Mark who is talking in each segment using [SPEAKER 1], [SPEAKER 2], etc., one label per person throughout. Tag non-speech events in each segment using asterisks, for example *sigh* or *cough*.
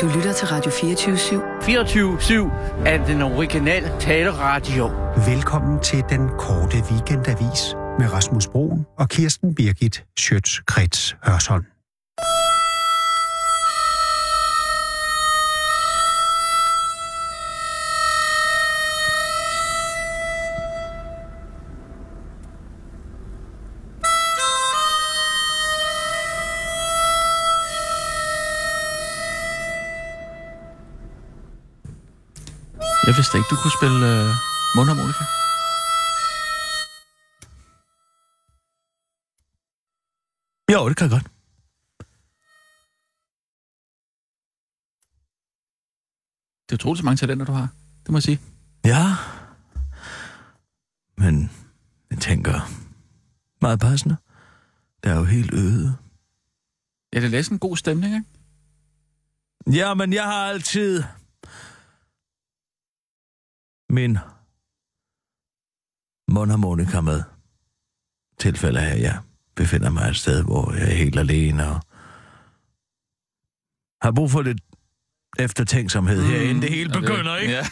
[SPEAKER 1] Du lytter til Radio 24 /7.
[SPEAKER 2] 24-7 af den originale taleradio.
[SPEAKER 3] Velkommen til den korte weekendavis med Rasmus Broen og Kirsten Birgit Schøtz-Krets Hørsholm.
[SPEAKER 4] Jeg vidste ikke, du kunne spille øh, mundharmonika.
[SPEAKER 5] Jo, det kan jeg godt.
[SPEAKER 4] Det er utroligt så mange talenter, du har. Det må jeg sige.
[SPEAKER 5] Ja. Men jeg tænker, meget passende. Det er jo helt øde.
[SPEAKER 4] Ja, det er næsten en god stemning, ikke?
[SPEAKER 5] Jamen, jeg har altid... Min mundharmonika med. Tilfælde her, jeg befinder mig et sted, hvor jeg er helt alene og har brug for lidt eftertænksomhed mm, herinde. Det hele
[SPEAKER 4] Og det-
[SPEAKER 5] begynder, ikke?
[SPEAKER 4] Ja.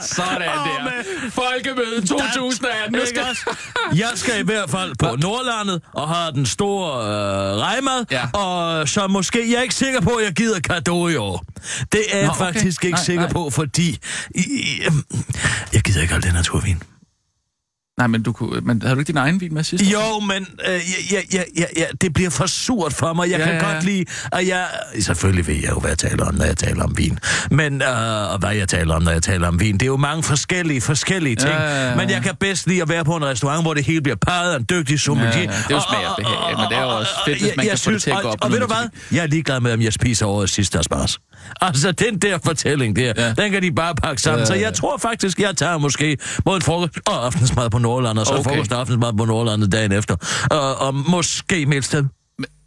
[SPEAKER 4] Sådan der. Folkemøde 2018. Nu skal...
[SPEAKER 5] *laughs* Jeg skal i hvert fald på Nordlandet og har den store øh, rejmad,
[SPEAKER 4] Ja.
[SPEAKER 5] ja. og så måske, jeg er ikke sikker på, at jeg gider kado i år. Det er
[SPEAKER 4] Nå,
[SPEAKER 5] jeg Nå,
[SPEAKER 4] okay.
[SPEAKER 5] faktisk ikke
[SPEAKER 4] Nej,
[SPEAKER 5] nej, sikker
[SPEAKER 4] nej.
[SPEAKER 5] nej. på, fordi i, i, øhm, jeg gider ikke alt den naturvin.
[SPEAKER 4] Nej, men, du kunne, men havde du ikke din egen vin med sidst?
[SPEAKER 5] Jo, men øh, ja, ja, ja, ja, ja, det bliver for surt for mig. Jeg
[SPEAKER 4] Ja,
[SPEAKER 5] ja, kan
[SPEAKER 4] ja,
[SPEAKER 5] ja,
[SPEAKER 4] ja.
[SPEAKER 5] godt lide, at jeg... Selvfølgelig ved jeg jo, hvad jeg taler om, når jeg taler om vin. Men øh, og hvad jeg taler om, når jeg taler om vin, det er jo mange forskellige, forskellige ting.
[SPEAKER 4] Ja,
[SPEAKER 5] Ja,
[SPEAKER 4] ja,
[SPEAKER 5] ja,
[SPEAKER 4] ja.
[SPEAKER 5] ja. Men jeg kan bedst lide at være på en restaurant, hvor det hele bliver peget af en dygtig sommelier.
[SPEAKER 4] Ja, ja, det er jo
[SPEAKER 5] Og-
[SPEAKER 4] smag og behag,
[SPEAKER 5] og- og-
[SPEAKER 4] men det er jo
[SPEAKER 5] og-
[SPEAKER 4] også
[SPEAKER 5] og-
[SPEAKER 4] fedt, hvis
[SPEAKER 5] jeg-
[SPEAKER 4] man kan
[SPEAKER 5] jeg
[SPEAKER 4] få det til at
[SPEAKER 5] og-
[SPEAKER 4] gå op på
[SPEAKER 5] Og ved du
[SPEAKER 4] noget
[SPEAKER 5] hvad? Jeg er ligeglad med, om jeg spiser årets sidste asparges. Altså, den der fortælling der,
[SPEAKER 4] Ja.
[SPEAKER 5] ja. den kan de bare pakke sammen. Ja, ja, ja. Så jeg tror faktisk, jeg tager måske både en frokost og aftensmad på Nordland, og så
[SPEAKER 4] Okay.
[SPEAKER 5] okay. frokost og aftensmad på Nordlandet dagen efter. Og, og måske Melsted.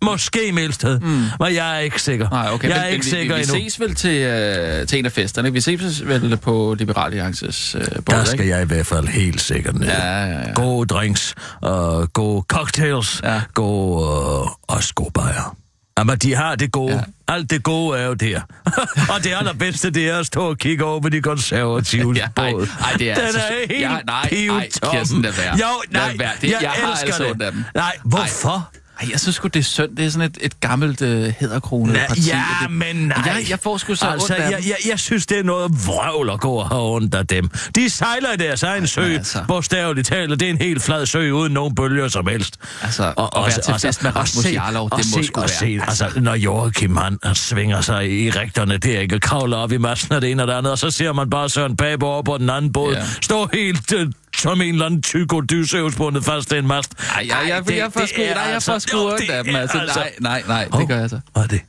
[SPEAKER 5] Måske Melsted. Mm. Men jeg er ikke sikker.
[SPEAKER 4] Nej, okay.
[SPEAKER 5] jeg er
[SPEAKER 4] men,
[SPEAKER 5] ikke
[SPEAKER 4] men,
[SPEAKER 5] sikker
[SPEAKER 4] vi, vi
[SPEAKER 5] endnu.
[SPEAKER 4] ses vel til, øh, til en af festerne. ikke? Vi ses vel på Liberal Alliances øh, båd,
[SPEAKER 5] Der skal
[SPEAKER 4] ikke?
[SPEAKER 5] jeg i hvert fald helt sikkert ned.
[SPEAKER 4] Ja, ja, ja.
[SPEAKER 5] Gode drinks, og gode cocktails,
[SPEAKER 4] Ja.
[SPEAKER 5] ja. gode, øh, også gode bajer. Jamen, de har det gode. Ja. Alt det gode er jo der. *laughs* og det allerbedste, det er at stå og kigge over på de konservative
[SPEAKER 4] *laughs* Ja, ej, ej, det er
[SPEAKER 5] Den
[SPEAKER 4] altså-
[SPEAKER 5] er helt
[SPEAKER 4] Ja, nej, ej,
[SPEAKER 5] pivtoppen.
[SPEAKER 4] Kirsten, lad være.
[SPEAKER 5] Jo, nej,
[SPEAKER 4] Lad være. Det-
[SPEAKER 5] jeg,
[SPEAKER 4] jeg har
[SPEAKER 5] elsker
[SPEAKER 4] altså
[SPEAKER 5] det.
[SPEAKER 4] ondt af dem.
[SPEAKER 5] Nej, hvorfor?
[SPEAKER 4] Ej, jeg synes sgu, det er synd. Det er sådan et, et gammelt øh, hæderkronet
[SPEAKER 5] Ja,
[SPEAKER 4] parti.
[SPEAKER 5] ja,
[SPEAKER 4] og det,
[SPEAKER 5] men nej.
[SPEAKER 4] Jeg, jeg får sgu så
[SPEAKER 5] altså,
[SPEAKER 4] ondt af
[SPEAKER 5] jeg,
[SPEAKER 4] dem.
[SPEAKER 5] jeg, jeg synes, det er noget vrøvl at gå og have ondt af dem. De sejler i deres egen sø,
[SPEAKER 4] altså.
[SPEAKER 5] altså. bogstaveligt talt. Det er en helt flad sø uden nogen bølger som helst.
[SPEAKER 4] Altså, at være til fest med
[SPEAKER 5] og
[SPEAKER 4] Rasmus
[SPEAKER 5] se-
[SPEAKER 4] Jarlov,
[SPEAKER 5] og
[SPEAKER 4] det må
[SPEAKER 5] se-
[SPEAKER 4] sgu
[SPEAKER 5] og
[SPEAKER 4] være.
[SPEAKER 5] se, Altså, når Joachim han han svinger sig i rigterne, det er ikke og kravler op i massen af det ene og det andet, og så ser man bare Søren Pape over på den anden båd,
[SPEAKER 4] Ja.
[SPEAKER 5] ja. stå helt... Øh, som en eller anden tyko dysøvs bundet fast til en mast.
[SPEAKER 4] Ej, jeg, jeg, jeg,
[SPEAKER 5] det-
[SPEAKER 4] jeg får
[SPEAKER 5] det
[SPEAKER 4] sgu,
[SPEAKER 5] er
[SPEAKER 4] nej, jeg får
[SPEAKER 5] altså-
[SPEAKER 4] sgu
[SPEAKER 5] Jo,
[SPEAKER 4] ondt
[SPEAKER 5] det
[SPEAKER 4] af dem.
[SPEAKER 5] er
[SPEAKER 4] Altså, nej, nej, nej, det
[SPEAKER 5] Hov,
[SPEAKER 4] gør jeg altså. så.
[SPEAKER 5] Hvad er det?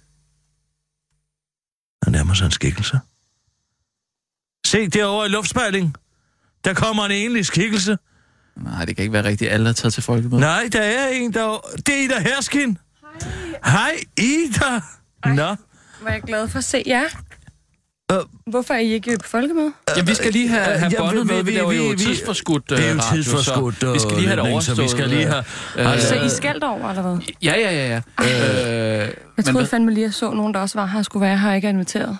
[SPEAKER 5] Der nærmer sig en skikkelse. Se derovre i luftspejling. Der kommer en enlig skikkelse.
[SPEAKER 4] Nej, det kan ikke være rigtigt. Alle er taget til folkemødet.
[SPEAKER 5] Nej, der er en, der... Det er Ida Herskin. Hej. Hej, Ida. Nå.
[SPEAKER 6] Var jeg glad for at se jer.
[SPEAKER 5] Øh.
[SPEAKER 6] Hvorfor er I ikke på folkemøde?
[SPEAKER 4] Ja, vi skal lige have, have
[SPEAKER 5] Ja,
[SPEAKER 4] båndet
[SPEAKER 5] vi-
[SPEAKER 4] med. Vi,
[SPEAKER 5] vi-
[SPEAKER 4] vi laver jo
[SPEAKER 5] vi- vi-
[SPEAKER 4] tidsforskudt
[SPEAKER 5] Det er jo
[SPEAKER 4] øh, radio,
[SPEAKER 5] tidsforskudt,
[SPEAKER 4] så vi skal lige have det
[SPEAKER 5] øh,
[SPEAKER 4] overstået.
[SPEAKER 5] så vi skal lige have-
[SPEAKER 4] øh,
[SPEAKER 5] Altså,
[SPEAKER 6] Så
[SPEAKER 4] øh,
[SPEAKER 6] I skal over, eller hvad?
[SPEAKER 4] Ja, ja, ja, ja. Øh,
[SPEAKER 6] Jeg
[SPEAKER 4] men,
[SPEAKER 6] troede fandme lige, at jeg så nogen, der også var her og skulle være her og ikke er inviteret.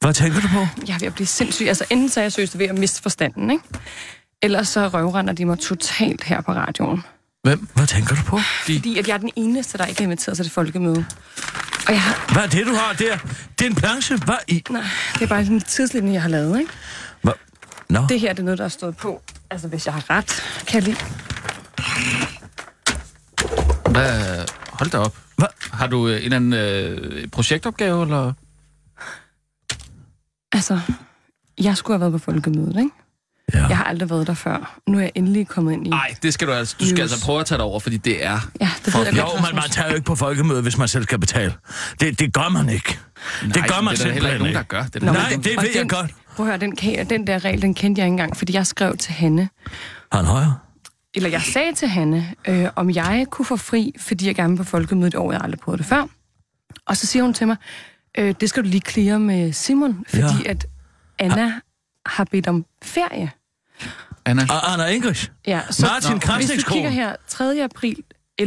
[SPEAKER 5] Hvad tænker du på?
[SPEAKER 6] Jeg er ved at blive sindssyg. Altså, enten så er jeg søst ved at miste forstanden, ikke? Ellers så røvrender de mig totalt her på radioen.
[SPEAKER 4] hvem?
[SPEAKER 5] Hvad tænker du på?
[SPEAKER 6] Fordi at jeg er den eneste, der ikke er inviteret til det folkemøde. Og jeg har...
[SPEAKER 5] Hvad er det, du har der? Det er en planche. Hvad i?
[SPEAKER 6] Nej, det er bare sådan en tidslinje, jeg har lavet, ikke?
[SPEAKER 5] Hvad? Nå.
[SPEAKER 6] Det her, det er noget, der er stået på. Altså, hvis jeg har ret, kan jeg lige...
[SPEAKER 4] Hvad? Hold da op.
[SPEAKER 5] Hvad?
[SPEAKER 4] Har du øh, en eller anden øh, projektopgave, eller?
[SPEAKER 6] Altså, jeg skulle have været på folkemødet, ikke?
[SPEAKER 5] Ja.
[SPEAKER 6] Jeg har aldrig været der før. Nu er jeg endelig kommet ind i...
[SPEAKER 4] Nej, det skal du altså. Du skal
[SPEAKER 6] News.
[SPEAKER 4] altså prøve at tage dig over, fordi det er...
[SPEAKER 6] Ja, det ved jeg
[SPEAKER 5] Jo,
[SPEAKER 6] godt.
[SPEAKER 5] men man
[SPEAKER 6] Rasmus.
[SPEAKER 5] tager jo ikke på folkemøde, hvis man selv skal betale. Det, det gør man ikke. Nej, det gør
[SPEAKER 4] men
[SPEAKER 5] man
[SPEAKER 4] det er der heller
[SPEAKER 5] simpelthen
[SPEAKER 4] ikke nogen, der
[SPEAKER 5] ikke.
[SPEAKER 4] gør. Det er der
[SPEAKER 6] Nå,
[SPEAKER 4] nogen,
[SPEAKER 5] Nej,
[SPEAKER 4] der-
[SPEAKER 5] det
[SPEAKER 6] Og
[SPEAKER 5] ved jeg
[SPEAKER 6] den,
[SPEAKER 5] godt.
[SPEAKER 6] Prøv at høre, den, kan, den der regel, den kendte jeg ikke engang, fordi jeg skrev til Hanne,
[SPEAKER 5] Han højre.
[SPEAKER 6] eller jeg sagde til Hanne, øh, om jeg kunne få fri, fordi jeg gerne vil på folkemødet i år, jeg har aldrig prøvet det før. Og så siger hun til mig, øh, det skal du lige klire med Simon, fordi ja.
[SPEAKER 5] Ja.
[SPEAKER 6] at Anna har bedt om ferie.
[SPEAKER 4] Anna.
[SPEAKER 5] Og Anna English.
[SPEAKER 6] Ja,
[SPEAKER 5] Martin
[SPEAKER 6] Hvis du kigger
[SPEAKER 5] Kramsnækskron.
[SPEAKER 6] her, 3. april 11.05,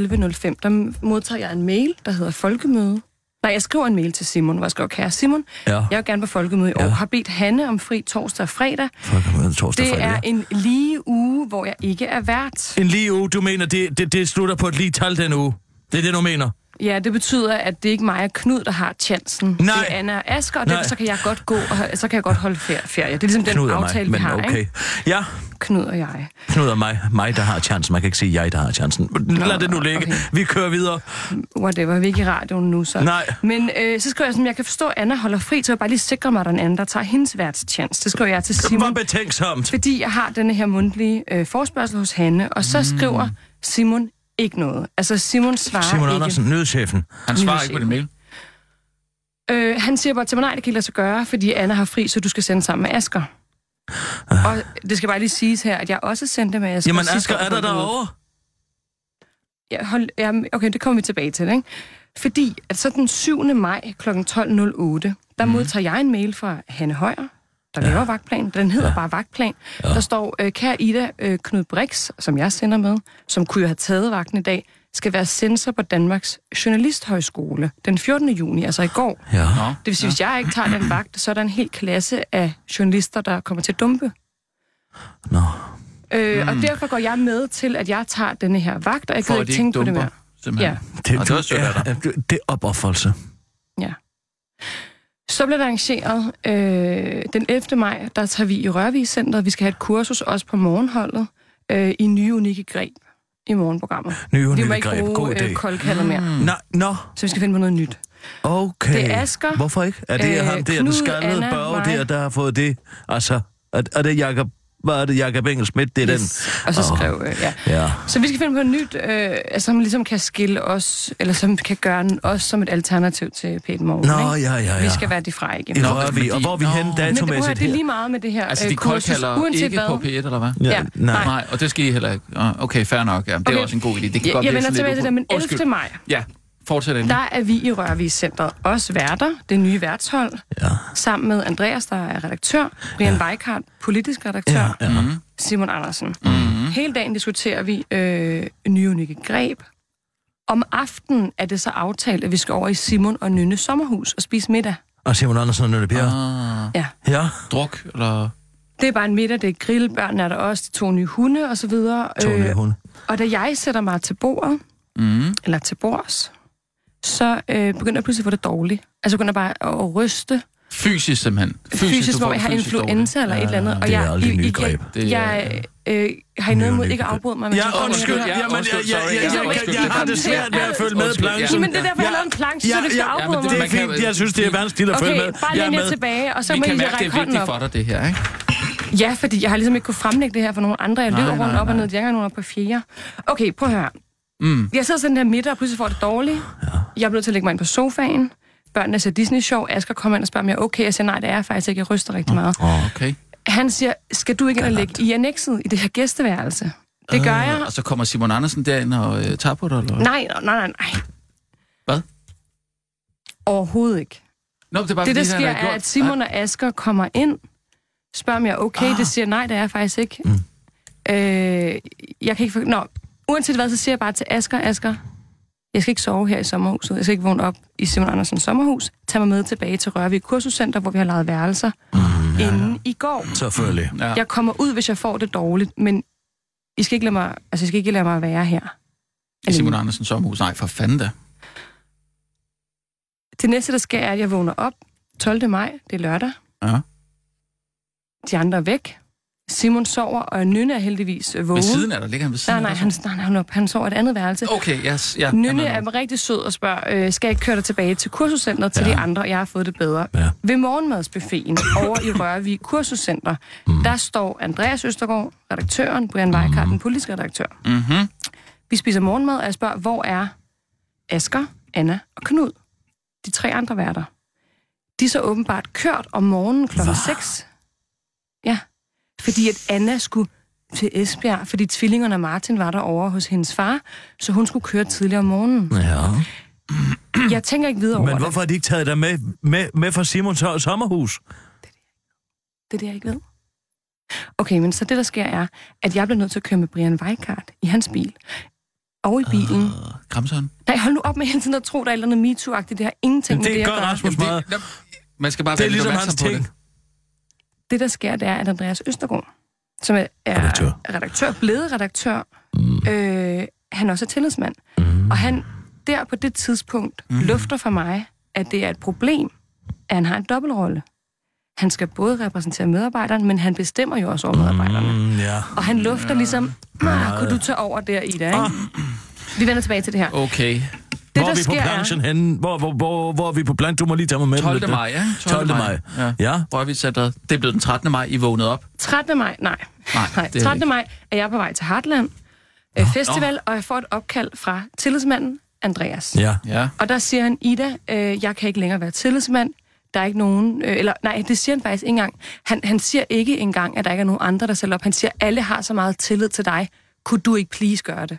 [SPEAKER 6] der modtager jeg en mail, der hedder Folkemøde. Nej, jeg skriver en mail til Simon, hvor jeg skriver, kære Simon,
[SPEAKER 5] Ja.
[SPEAKER 6] jeg vil gerne på folkemøde i år. Har bedt Hanne om fri torsdag og fredag.
[SPEAKER 5] Fuck, jeg ved, torsdag
[SPEAKER 6] Det
[SPEAKER 5] fredag.
[SPEAKER 6] er en lige uge, hvor jeg ikke er vært.
[SPEAKER 5] En lige uge, du mener, det, det, det slutter på et lige tal den uge. Det er det, du mener.
[SPEAKER 6] Ja, det betyder, at det er ikke mig og Knud, der har chancen. Nej. Det er Anna og Asger, og
[SPEAKER 5] Nej.
[SPEAKER 6] derfor så kan jeg godt gå, og så kan jeg godt holde fer- ferie. Det er ligesom den
[SPEAKER 5] Knud og
[SPEAKER 6] aftale,
[SPEAKER 5] mig, men
[SPEAKER 6] vi har,
[SPEAKER 5] okay.
[SPEAKER 6] ikke?
[SPEAKER 5] Ja,
[SPEAKER 6] Knud og jeg.
[SPEAKER 5] Knud og mig. Mig, der har chancen. Man kan ikke sige jeg, der har chancen. Lad det nu ligge.
[SPEAKER 6] okay.
[SPEAKER 5] Vi kører videre.
[SPEAKER 6] Whatever, vi er ikke i radioen nu, så.
[SPEAKER 5] Nej.
[SPEAKER 6] Men øh, så skriver jeg sådan, jeg kan forstå, at Anna holder fri, så jeg vil bare lige sikre mig, at der er en anden, der tager hendes værtschance. Det skriver jeg til
[SPEAKER 5] Hvor
[SPEAKER 6] Simon,
[SPEAKER 5] betænksomt.
[SPEAKER 6] fordi jeg har denne her mundtlige øh, forspørgsel hos Hanne, og
[SPEAKER 5] Mm.
[SPEAKER 6] så skriver Simon ikke noget. Altså, Simon svarer
[SPEAKER 5] Simon
[SPEAKER 6] ikke.
[SPEAKER 5] Andersen, nødchefen.
[SPEAKER 4] Han svarer ikke på din mail.
[SPEAKER 6] Øh, han siger bare til mig, nej, det kan ikke lade sig gøre, fordi Anna har fri, så du skal sende sammen med Asger. Og det skal bare lige siges her, at jeg også sendte med Asger.
[SPEAKER 5] Ah. Jamen,
[SPEAKER 6] sidste
[SPEAKER 5] Asger,
[SPEAKER 6] år
[SPEAKER 5] er der
[SPEAKER 6] på Folkemødet.
[SPEAKER 5] derovre?
[SPEAKER 6] Ja, hold, ja, okay, det kommer vi tilbage til, ikke? Fordi at så den 7. maj kl. 12.08,
[SPEAKER 5] Mhm.
[SPEAKER 6] der mm. modtager jeg en mail fra Hanne Højer, der laver vagtplanen. Den hedder bare vagtplan. Ja. Der står, øh, kære Ida øh, Knud Brix, som jeg sender med, som kunne jo have taget vagten i dag, skal være censor på Danmarks Journalisthøjskole den 14. juni, altså i går.
[SPEAKER 5] Ja.
[SPEAKER 4] Nå.
[SPEAKER 6] Det vil sige, hvis jeg ikke tager den vagt, så er der en hel klasse af journalister, der kommer til at dumpe.
[SPEAKER 5] Nå.
[SPEAKER 6] Øh, mm. Og derfor går jeg med til, at jeg tager denne her vagt, og jeg
[SPEAKER 4] For
[SPEAKER 6] kan
[SPEAKER 4] at de
[SPEAKER 6] ikke
[SPEAKER 4] ikke
[SPEAKER 6] tænke på det
[SPEAKER 4] dumper.
[SPEAKER 6] mere.
[SPEAKER 4] Simpelthen.
[SPEAKER 6] Ja.
[SPEAKER 4] Ja. Det, og det er også sødt af dig.
[SPEAKER 5] er, det er opoffrelse.
[SPEAKER 6] Ja. Så bliver der arrangeret øh, den 11. maj, der tager vi i Rørvigcenteret. Vi skal have et kursus også på morgenholdet øh, i nye unikke greb i morgenprogrammet.
[SPEAKER 5] Nye
[SPEAKER 6] vi må
[SPEAKER 5] unikke
[SPEAKER 6] ikke
[SPEAKER 5] greb. God
[SPEAKER 6] bruge øh,
[SPEAKER 5] idé.
[SPEAKER 6] koldkalder mere,
[SPEAKER 5] Nej, nå.
[SPEAKER 6] så vi skal finde på noget nyt.
[SPEAKER 5] Okay.
[SPEAKER 6] Det er Asger.
[SPEAKER 5] Hvorfor ikke? Er det
[SPEAKER 6] Øh,
[SPEAKER 5] øh, ham der,
[SPEAKER 6] Knud,
[SPEAKER 5] den skaldede
[SPEAKER 6] Anna,
[SPEAKER 5] børge
[SPEAKER 6] mig.
[SPEAKER 5] der, der har fået det? Altså, er, er det Jacob, hvad er det, Jacob Engel Schmidt? Det er
[SPEAKER 6] Yes. Og så
[SPEAKER 5] Åh.
[SPEAKER 6] skrev øh, ja.
[SPEAKER 5] den. Ja.
[SPEAKER 6] Så vi skal finde på noget nyt, øh, altså, som ligesom kan skille os, eller som kan gøre den os som et alternativ til Pete Morgen.
[SPEAKER 5] Nå,
[SPEAKER 6] ikke?
[SPEAKER 5] ja, ja, ja.
[SPEAKER 6] Vi skal være de fra igen.
[SPEAKER 5] I
[SPEAKER 4] Nå,
[SPEAKER 5] Rørvig,
[SPEAKER 4] fordi-
[SPEAKER 5] og hvor er vi
[SPEAKER 4] Nå.
[SPEAKER 5] henne
[SPEAKER 4] Men det
[SPEAKER 6] Men det, prøv at, høre,
[SPEAKER 5] datomæssigt
[SPEAKER 6] det er
[SPEAKER 5] her?
[SPEAKER 6] lige meget med det her
[SPEAKER 4] Altså, de
[SPEAKER 6] øh, kursus,
[SPEAKER 4] koldkalder
[SPEAKER 6] uanset
[SPEAKER 4] ikke
[SPEAKER 6] hvad.
[SPEAKER 4] på P1, eller hvad?
[SPEAKER 5] Ja,
[SPEAKER 6] Ja,
[SPEAKER 5] nej.
[SPEAKER 4] Nej, og det skal I heller ikke. Ah, Okay, fair nok. Jamen, det er
[SPEAKER 6] Okay.
[SPEAKER 4] også en god idé. Det kan
[SPEAKER 6] Jeg,
[SPEAKER 4] godt
[SPEAKER 6] jeg
[SPEAKER 4] blive
[SPEAKER 6] vender
[SPEAKER 4] sådan
[SPEAKER 6] tilbage
[SPEAKER 4] lidt
[SPEAKER 6] til det, men
[SPEAKER 4] upro-
[SPEAKER 6] 11. maj,
[SPEAKER 4] Ja, fortsæt endelig.
[SPEAKER 6] der er vi i Rørvigcenteret også værter, det nye værtshold,
[SPEAKER 5] Ja.
[SPEAKER 6] sammen med Andreas, der er redaktør, Brian ja. Weikart, politisk
[SPEAKER 5] Ja,
[SPEAKER 6] redaktør,
[SPEAKER 5] ja. Mm.
[SPEAKER 6] Simon Andersen.
[SPEAKER 5] Mhm.
[SPEAKER 6] Mm-hmm. Hele dagen diskuterer vi øh, nye unikke greb. Om aftenen er det så aftalt, at vi skal over i Simon og Nynne sommerhus og spise middag.
[SPEAKER 5] Og Simon Andersen og Nynne Bjerre.
[SPEAKER 4] Ah,
[SPEAKER 6] Ja.
[SPEAKER 5] Ja.
[SPEAKER 4] druk, eller...
[SPEAKER 6] Det er bare en middag, det er grill, børnene er der også, de to nye hunde og så videre. Øh,
[SPEAKER 5] To nye hunde. Mhm.
[SPEAKER 6] Og da jeg sætter mig til bordet,
[SPEAKER 4] Mm.
[SPEAKER 6] eller til bords, så øh, begynder jeg pludselig at få det dårligt. Altså jeg begynder bare at ryste,
[SPEAKER 4] Fysisk, simpelthen.
[SPEAKER 6] fysisk, fysisk
[SPEAKER 4] du
[SPEAKER 6] hvor
[SPEAKER 4] får
[SPEAKER 6] jeg har
[SPEAKER 4] fysisk
[SPEAKER 6] influenza eller et eller andet. Og
[SPEAKER 5] det er
[SPEAKER 6] jeg,
[SPEAKER 5] aldrig
[SPEAKER 6] I-
[SPEAKER 5] nye
[SPEAKER 6] I-
[SPEAKER 5] greb.
[SPEAKER 4] Det er-
[SPEAKER 6] Jeg, øh, har I noget
[SPEAKER 5] Nye
[SPEAKER 6] mod
[SPEAKER 5] nye
[SPEAKER 6] ikke at
[SPEAKER 5] greb.
[SPEAKER 6] afbryde mig? mens jeg
[SPEAKER 5] Ja,
[SPEAKER 6] kommer med
[SPEAKER 5] undskyld.
[SPEAKER 6] det her?
[SPEAKER 5] Ja, men jeg,
[SPEAKER 4] Undskyld,
[SPEAKER 5] jeg,
[SPEAKER 4] sorry.
[SPEAKER 5] jeg,
[SPEAKER 4] Ja,
[SPEAKER 5] jeg,
[SPEAKER 4] undskyld.
[SPEAKER 5] jeg, jeg har det svært med at følge med,
[SPEAKER 4] Undskyld, ja.
[SPEAKER 5] Planchen.
[SPEAKER 6] Jamen, det er derfor, jeg
[SPEAKER 5] Ja.
[SPEAKER 6] lavede en planche, så
[SPEAKER 5] Ja,
[SPEAKER 6] du skal
[SPEAKER 5] ja,
[SPEAKER 6] afbryde
[SPEAKER 5] men det
[SPEAKER 6] mig.
[SPEAKER 5] er
[SPEAKER 4] Man kan-
[SPEAKER 5] fint. Jeg synes, det er vanskeligt at følge med.
[SPEAKER 6] Okay, bare
[SPEAKER 5] Jeg er
[SPEAKER 6] læn jer
[SPEAKER 5] med.
[SPEAKER 6] tilbage, og så
[SPEAKER 4] Vi
[SPEAKER 6] må I
[SPEAKER 4] kan
[SPEAKER 6] lige
[SPEAKER 4] mærke, det
[SPEAKER 6] række
[SPEAKER 4] er
[SPEAKER 6] hånden
[SPEAKER 4] vigtigt for
[SPEAKER 6] op.
[SPEAKER 4] dig, det her, ikke?
[SPEAKER 6] Ja, fordi jeg har ligesom ikke kunne fremlægge det her for nogen andre. Jeg
[SPEAKER 4] Nej,
[SPEAKER 6] løber rundt
[SPEAKER 4] nej,
[SPEAKER 6] op og
[SPEAKER 4] nej.
[SPEAKER 6] ned, jeg er nogen på fjerde. Okay, prøv at høre.
[SPEAKER 4] Mm.
[SPEAKER 6] Jeg sidder sådan der midt og pludselig får det dårligt. Ja. Jeg er blevet til at lægge mig ind på sofaen. Børnene ser Disney-show. Asger kommer ind og spørger, om jeg er okay. Jeg siger, nej, det er jeg faktisk ikke. Jeg ryster rigtig meget.
[SPEAKER 4] Okay.
[SPEAKER 6] Han siger, skal du ikke ind og lægge i annexet i det Øh. her gæsteværelse? Det gør jeg.
[SPEAKER 4] Og så kommer Simon Andersen derind og øh, tager på dig, eller hvad?
[SPEAKER 6] Nej, nej, nej, nej.
[SPEAKER 4] Hvad?
[SPEAKER 6] Overhovedet ikke.
[SPEAKER 4] Nå, det er bare
[SPEAKER 6] Det, der
[SPEAKER 4] fordi, han
[SPEAKER 6] sker,
[SPEAKER 4] har
[SPEAKER 6] er,
[SPEAKER 4] gjort-
[SPEAKER 6] at Simon og Asger kommer ind, spørger, om jeg er okay.
[SPEAKER 4] Ah.
[SPEAKER 6] Det siger jeg, nej, det er jeg faktisk ikke. Mm. Øh, jeg kan ikke... For... Nå, uanset hvad, så siger jeg bare til Asger, Asger, jeg skal ikke sove her i sommerhuset. Jeg skal ikke vågne op i Simon Andersens sommerhus. Tag mig med tilbage til Rørvig Kursuscenter, hvor vi har lejet værelser mm, ja, inden i går.
[SPEAKER 5] Selvfølgelig.
[SPEAKER 4] Ja.
[SPEAKER 6] Jeg kommer ud, hvis jeg får det dårligt, men I skal ikke lade mig, altså, I skal ikke lade mig være her.
[SPEAKER 4] I Simon Andersen sommerhus. Nej, for fanden da.
[SPEAKER 6] Det næste, der sker, er, at jeg vågner op 12. maj, det er lørdag.
[SPEAKER 4] Ja.
[SPEAKER 6] De andre er væk. Simon sover, og Nynne er heldigvis øh, vågen.
[SPEAKER 4] Ved siden af dig, ligger han ved siden
[SPEAKER 6] nej, nej,
[SPEAKER 4] af
[SPEAKER 6] han, nej, nej, han, er op, han sover i et andet værelse. Oh.
[SPEAKER 4] Okay, yes, ja.
[SPEAKER 6] Nynne
[SPEAKER 4] han
[SPEAKER 6] er rigtig sød og spørger, øh, skal jeg ikke køre dig tilbage til kursuscenteret til
[SPEAKER 5] Ja.
[SPEAKER 6] de andre? Jeg har fået det bedre.
[SPEAKER 5] Ja.
[SPEAKER 6] Ved *coughs* morgenmadsbuffeten over i Rørvig Kursuscenter, mm. Mm-hmm. der står Andreas Østergaard, redaktøren, Brian Weikart, den politiske redaktør. Mm-hmm.
[SPEAKER 4] Mhm.
[SPEAKER 6] Vi spiser morgenmad, og jeg spørger, hvor er Asker, Anna og Knud? De tre andre værter. De er så åbenbart kørt om morgenen klokken 6. Ja, fordi at Anna skulle til Esbjerg, fordi tvillingerne og Martin var derovre hos hendes far, så hun skulle køre tidligere om morgenen.
[SPEAKER 5] *clears throat* Ja.
[SPEAKER 6] Jeg tænker ikke videre over
[SPEAKER 5] Men hvorfor har de ikke taget dig med, med, med fra Simons so- sommerhus?
[SPEAKER 6] det. Det er det, jeg ikke ved. Okay, men så det, der sker, er, at jeg bliver nødt til at køre med Brian Weikart i hans bil. og i
[SPEAKER 5] Ah.
[SPEAKER 6] bilen. Uh.
[SPEAKER 4] Øh, Kramsøren.
[SPEAKER 6] Nej, hold nu op med hele tiden at tro, der er et eller andet MeToo-agtigt. Det har ingenting
[SPEAKER 5] Det
[SPEAKER 6] med det
[SPEAKER 5] gør
[SPEAKER 6] at gøre.
[SPEAKER 5] Rasmus meget.
[SPEAKER 4] Jamen, det- nå, man skal bare
[SPEAKER 5] Det er
[SPEAKER 4] være lidt
[SPEAKER 5] ligesom hans
[SPEAKER 4] opmærksom på
[SPEAKER 5] ting.
[SPEAKER 4] det.
[SPEAKER 6] Det, der sker, det er, at Andreas Østergaard, som er
[SPEAKER 5] Redaktør.
[SPEAKER 6] redaktør, redaktør blevet redaktør, mm. øh, han også er tillidsmand. Mm. Og han der på det tidspunkt mm. lufter for mig, at det er et problem, at han har en dobbeltrolle. Han skal både repræsentere medarbejderen, men han bestemmer jo også over medarbejderne.
[SPEAKER 5] Mm, ja.
[SPEAKER 6] Og han lufter ligesom, ah, kunne du tage over der, Ida, ikke? Vi vender tilbage til det her. Det,
[SPEAKER 4] Okay.
[SPEAKER 5] Det, hvor er vi på
[SPEAKER 6] sker
[SPEAKER 5] planchen henne? Hvor, hvor, hvor, hvor er vi på planchen? Du må lige tage mig med.
[SPEAKER 4] 12. maj, ja.
[SPEAKER 5] 12. maj.
[SPEAKER 4] Ja.
[SPEAKER 5] Ja.
[SPEAKER 4] Rørvidscentret. Det er blevet den 13. maj, I vågnede op.
[SPEAKER 6] 13. maj, nej.
[SPEAKER 4] Nej,
[SPEAKER 6] nej
[SPEAKER 4] det er
[SPEAKER 6] 13.
[SPEAKER 4] ikke.
[SPEAKER 6] maj er jeg på vej til Heartland øh, Festival, og jeg får et opkald fra tillidsmanden Andreas.
[SPEAKER 5] Ja.
[SPEAKER 4] Ja.
[SPEAKER 6] Og der siger han, Ida, øh, jeg kan ikke længere være tillidsmand. Der er ikke nogen... Øh, eller nej, det siger han faktisk ikke engang. Han, han siger ikke engang, at der ikke er nogen andre, der sælger op. Han siger, alle har så meget tillid til dig. Kunne du ikke please gøre det?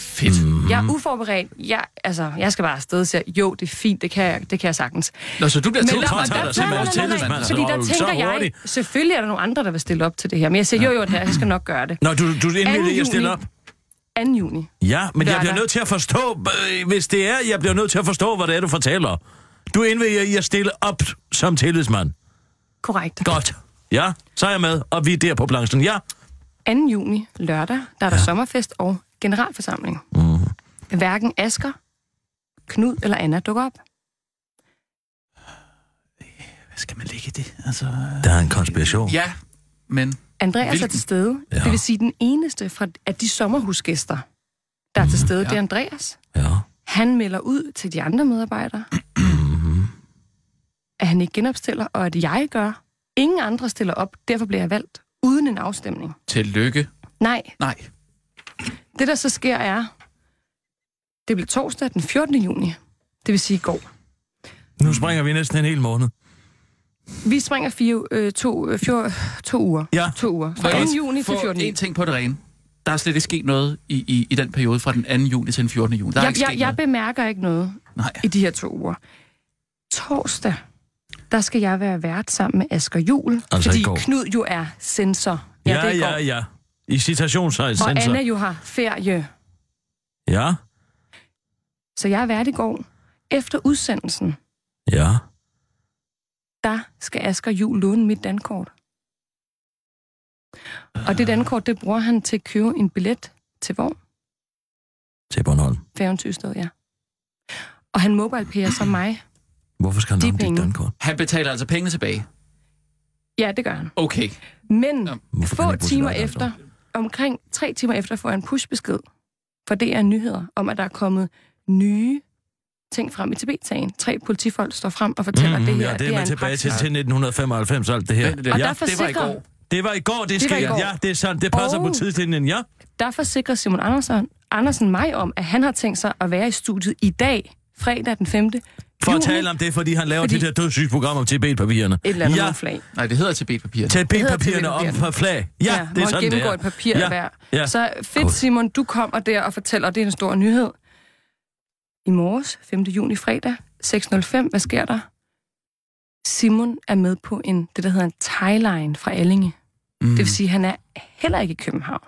[SPEAKER 4] Fedt. Mm.
[SPEAKER 6] Jeg er uforberedt. Jeg, altså, jeg skal bare afsted og siger, jo, det er fint, det kan jeg, det kan jeg sagtens.
[SPEAKER 4] Nå, så du bliver
[SPEAKER 6] Men
[SPEAKER 4] tiltalt.
[SPEAKER 6] lad mig,
[SPEAKER 5] tager
[SPEAKER 6] der,
[SPEAKER 5] Altså, dig simpelthen
[SPEAKER 6] nej, nej,
[SPEAKER 5] til
[SPEAKER 6] nej, nej, nej,
[SPEAKER 5] tillidsmand,
[SPEAKER 6] fordi
[SPEAKER 5] så er
[SPEAKER 6] der
[SPEAKER 5] du så
[SPEAKER 6] tænker jeg,
[SPEAKER 5] hurtig.
[SPEAKER 6] selvfølgelig er der nogle andre, der vil stille op til det her, men jeg siger, jo, jo, Andreas, jeg skal nok gøre det.
[SPEAKER 5] Nå, du, du indvilder i at stille op.
[SPEAKER 6] 2. juni.
[SPEAKER 5] Ja, men jeg
[SPEAKER 6] Lørdag.
[SPEAKER 5] bliver nødt til at forstå, øh, hvis det er, jeg bliver nødt til at forstå, hvad det er, du fortæller. Du indvilger i at stille op som tillidsmand.
[SPEAKER 6] Korrekt.
[SPEAKER 5] Godt. Ja, så er jeg med, og vi er der på planchen. Ja,
[SPEAKER 6] 2. juni, lørdag, der er der sommerfest og generalforsamling.
[SPEAKER 5] Mhm.
[SPEAKER 6] Mm. Hverken Asker, Knud eller Anna dukker op.
[SPEAKER 4] Hvad skal man lægge i det? Altså...
[SPEAKER 5] der er en konspiration.
[SPEAKER 4] Ja, men...
[SPEAKER 6] Andreas er
[SPEAKER 4] Hvilken?
[SPEAKER 6] til stede.
[SPEAKER 5] Ja.
[SPEAKER 6] Ja. Det vil sige, den eneste fra, af de sommerhusgæster, der er til stede, ja. det er Andreas.
[SPEAKER 5] ja.
[SPEAKER 6] Han melder ud til de andre medarbejdere, at han ikke genopstiller, og at jeg gør. Ingen andre stiller op, derfor bliver jeg valgt uden en afstemning.
[SPEAKER 4] Tillykke.
[SPEAKER 6] Nej,
[SPEAKER 4] Nej.
[SPEAKER 6] det der så sker er, det blev torsdag den 14. juni, det vil sige i går.
[SPEAKER 5] Nu springer vi næsten en hel måned.
[SPEAKER 6] Vi springer fire, øh, to, øh, fjor, to uger.
[SPEAKER 5] Ja.
[SPEAKER 6] To uger. Fra 2. juni til
[SPEAKER 4] Få
[SPEAKER 6] 14.
[SPEAKER 4] en
[SPEAKER 6] juni.
[SPEAKER 4] ting på det rene. Der er slet ikke sket noget i, i, i den periode fra den 2. juni til den 14. juni. Der er
[SPEAKER 6] Jeg,
[SPEAKER 4] ikke
[SPEAKER 6] jeg,
[SPEAKER 4] sket
[SPEAKER 6] jeg bemærker ikke noget
[SPEAKER 4] noget.
[SPEAKER 6] i de her to uger. Torsdag, der skal jeg være vært sammen med Asger Jul,
[SPEAKER 5] Altså i
[SPEAKER 6] fordi
[SPEAKER 5] går.
[SPEAKER 6] Knud jo er sensor.
[SPEAKER 5] Ja,
[SPEAKER 6] det er i
[SPEAKER 5] ja,
[SPEAKER 6] går.
[SPEAKER 5] ja. I citationssejl
[SPEAKER 6] Og
[SPEAKER 5] sensor.
[SPEAKER 6] Anna jo har ferie.
[SPEAKER 5] Ja,
[SPEAKER 6] Så jeg er vært i går. Efter udsendelsen,
[SPEAKER 5] ja.
[SPEAKER 6] der skal Asger Jul låne mit dankort. Og det dankort, det bruger han til at købe en billet til hvor?
[SPEAKER 5] Til Bornholm.
[SPEAKER 6] Færgen til Ystad, ja. Og han mobile så mig.
[SPEAKER 5] Hvorfor skal han
[SPEAKER 6] De
[SPEAKER 5] låne dit
[SPEAKER 6] penge.
[SPEAKER 5] dankort?
[SPEAKER 4] Han betaler altså pengene tilbage.
[SPEAKER 6] Ja, det gør han.
[SPEAKER 4] Okay.
[SPEAKER 6] Men
[SPEAKER 4] Nå,
[SPEAKER 5] hvorfor kan
[SPEAKER 6] få
[SPEAKER 5] han ikke bruge sit
[SPEAKER 6] timer
[SPEAKER 5] eget
[SPEAKER 6] efter, omkring tre timer efter, får jeg en pushbesked fra DR Nyheder om, at der er kommet nye ting frem i Tibet-sagen. Tre politifolk står frem og fortæller, mm, det her
[SPEAKER 5] ja, det,
[SPEAKER 6] det
[SPEAKER 5] er
[SPEAKER 6] er
[SPEAKER 5] man
[SPEAKER 6] en
[SPEAKER 5] tilbage til,
[SPEAKER 6] praksis.
[SPEAKER 5] til 1995, alt det her.
[SPEAKER 4] Vent lidt.
[SPEAKER 6] Og
[SPEAKER 5] ja,
[SPEAKER 6] der
[SPEAKER 4] det var i
[SPEAKER 6] forsikrer,
[SPEAKER 4] går.
[SPEAKER 5] det var i går, det, det
[SPEAKER 6] var i
[SPEAKER 5] skete.
[SPEAKER 6] går.
[SPEAKER 5] Ja, det er sandt. Det passer
[SPEAKER 6] Og-
[SPEAKER 5] på tidslinjen, ja.
[SPEAKER 6] der forsikrer Simon Andersen, Andersen mig om, at han har tænkt sig at være i studiet i dag, fredag den 5.
[SPEAKER 5] For
[SPEAKER 6] juni,
[SPEAKER 5] at tale om det, fordi han laver
[SPEAKER 6] Fordi-
[SPEAKER 5] det der dødssyge program om Tibet-papirerne.
[SPEAKER 6] et eller andet
[SPEAKER 5] ja,
[SPEAKER 6] ja. flag.
[SPEAKER 4] Nej, det hedder Tibet-papiret.
[SPEAKER 5] Tibet-papirerne om
[SPEAKER 6] Tibet-papirerne.
[SPEAKER 5] på flag. Ja, ja det er
[SPEAKER 6] hvor han
[SPEAKER 5] sådan, det
[SPEAKER 6] gennemgår
[SPEAKER 5] er.
[SPEAKER 6] et papir
[SPEAKER 5] ja,
[SPEAKER 6] ja. hver.
[SPEAKER 5] Ja.
[SPEAKER 6] Så fedt,
[SPEAKER 5] Godt.
[SPEAKER 6] Simon, du kommer der og fortæller, og det er en stor nyhed. I morges, 5. juni, fredag, 6.05, hvad sker der? Simon er med på en, det, der hedder en tagline fra Allinge. Mm. Det vil sige, at han er heller ikke i København.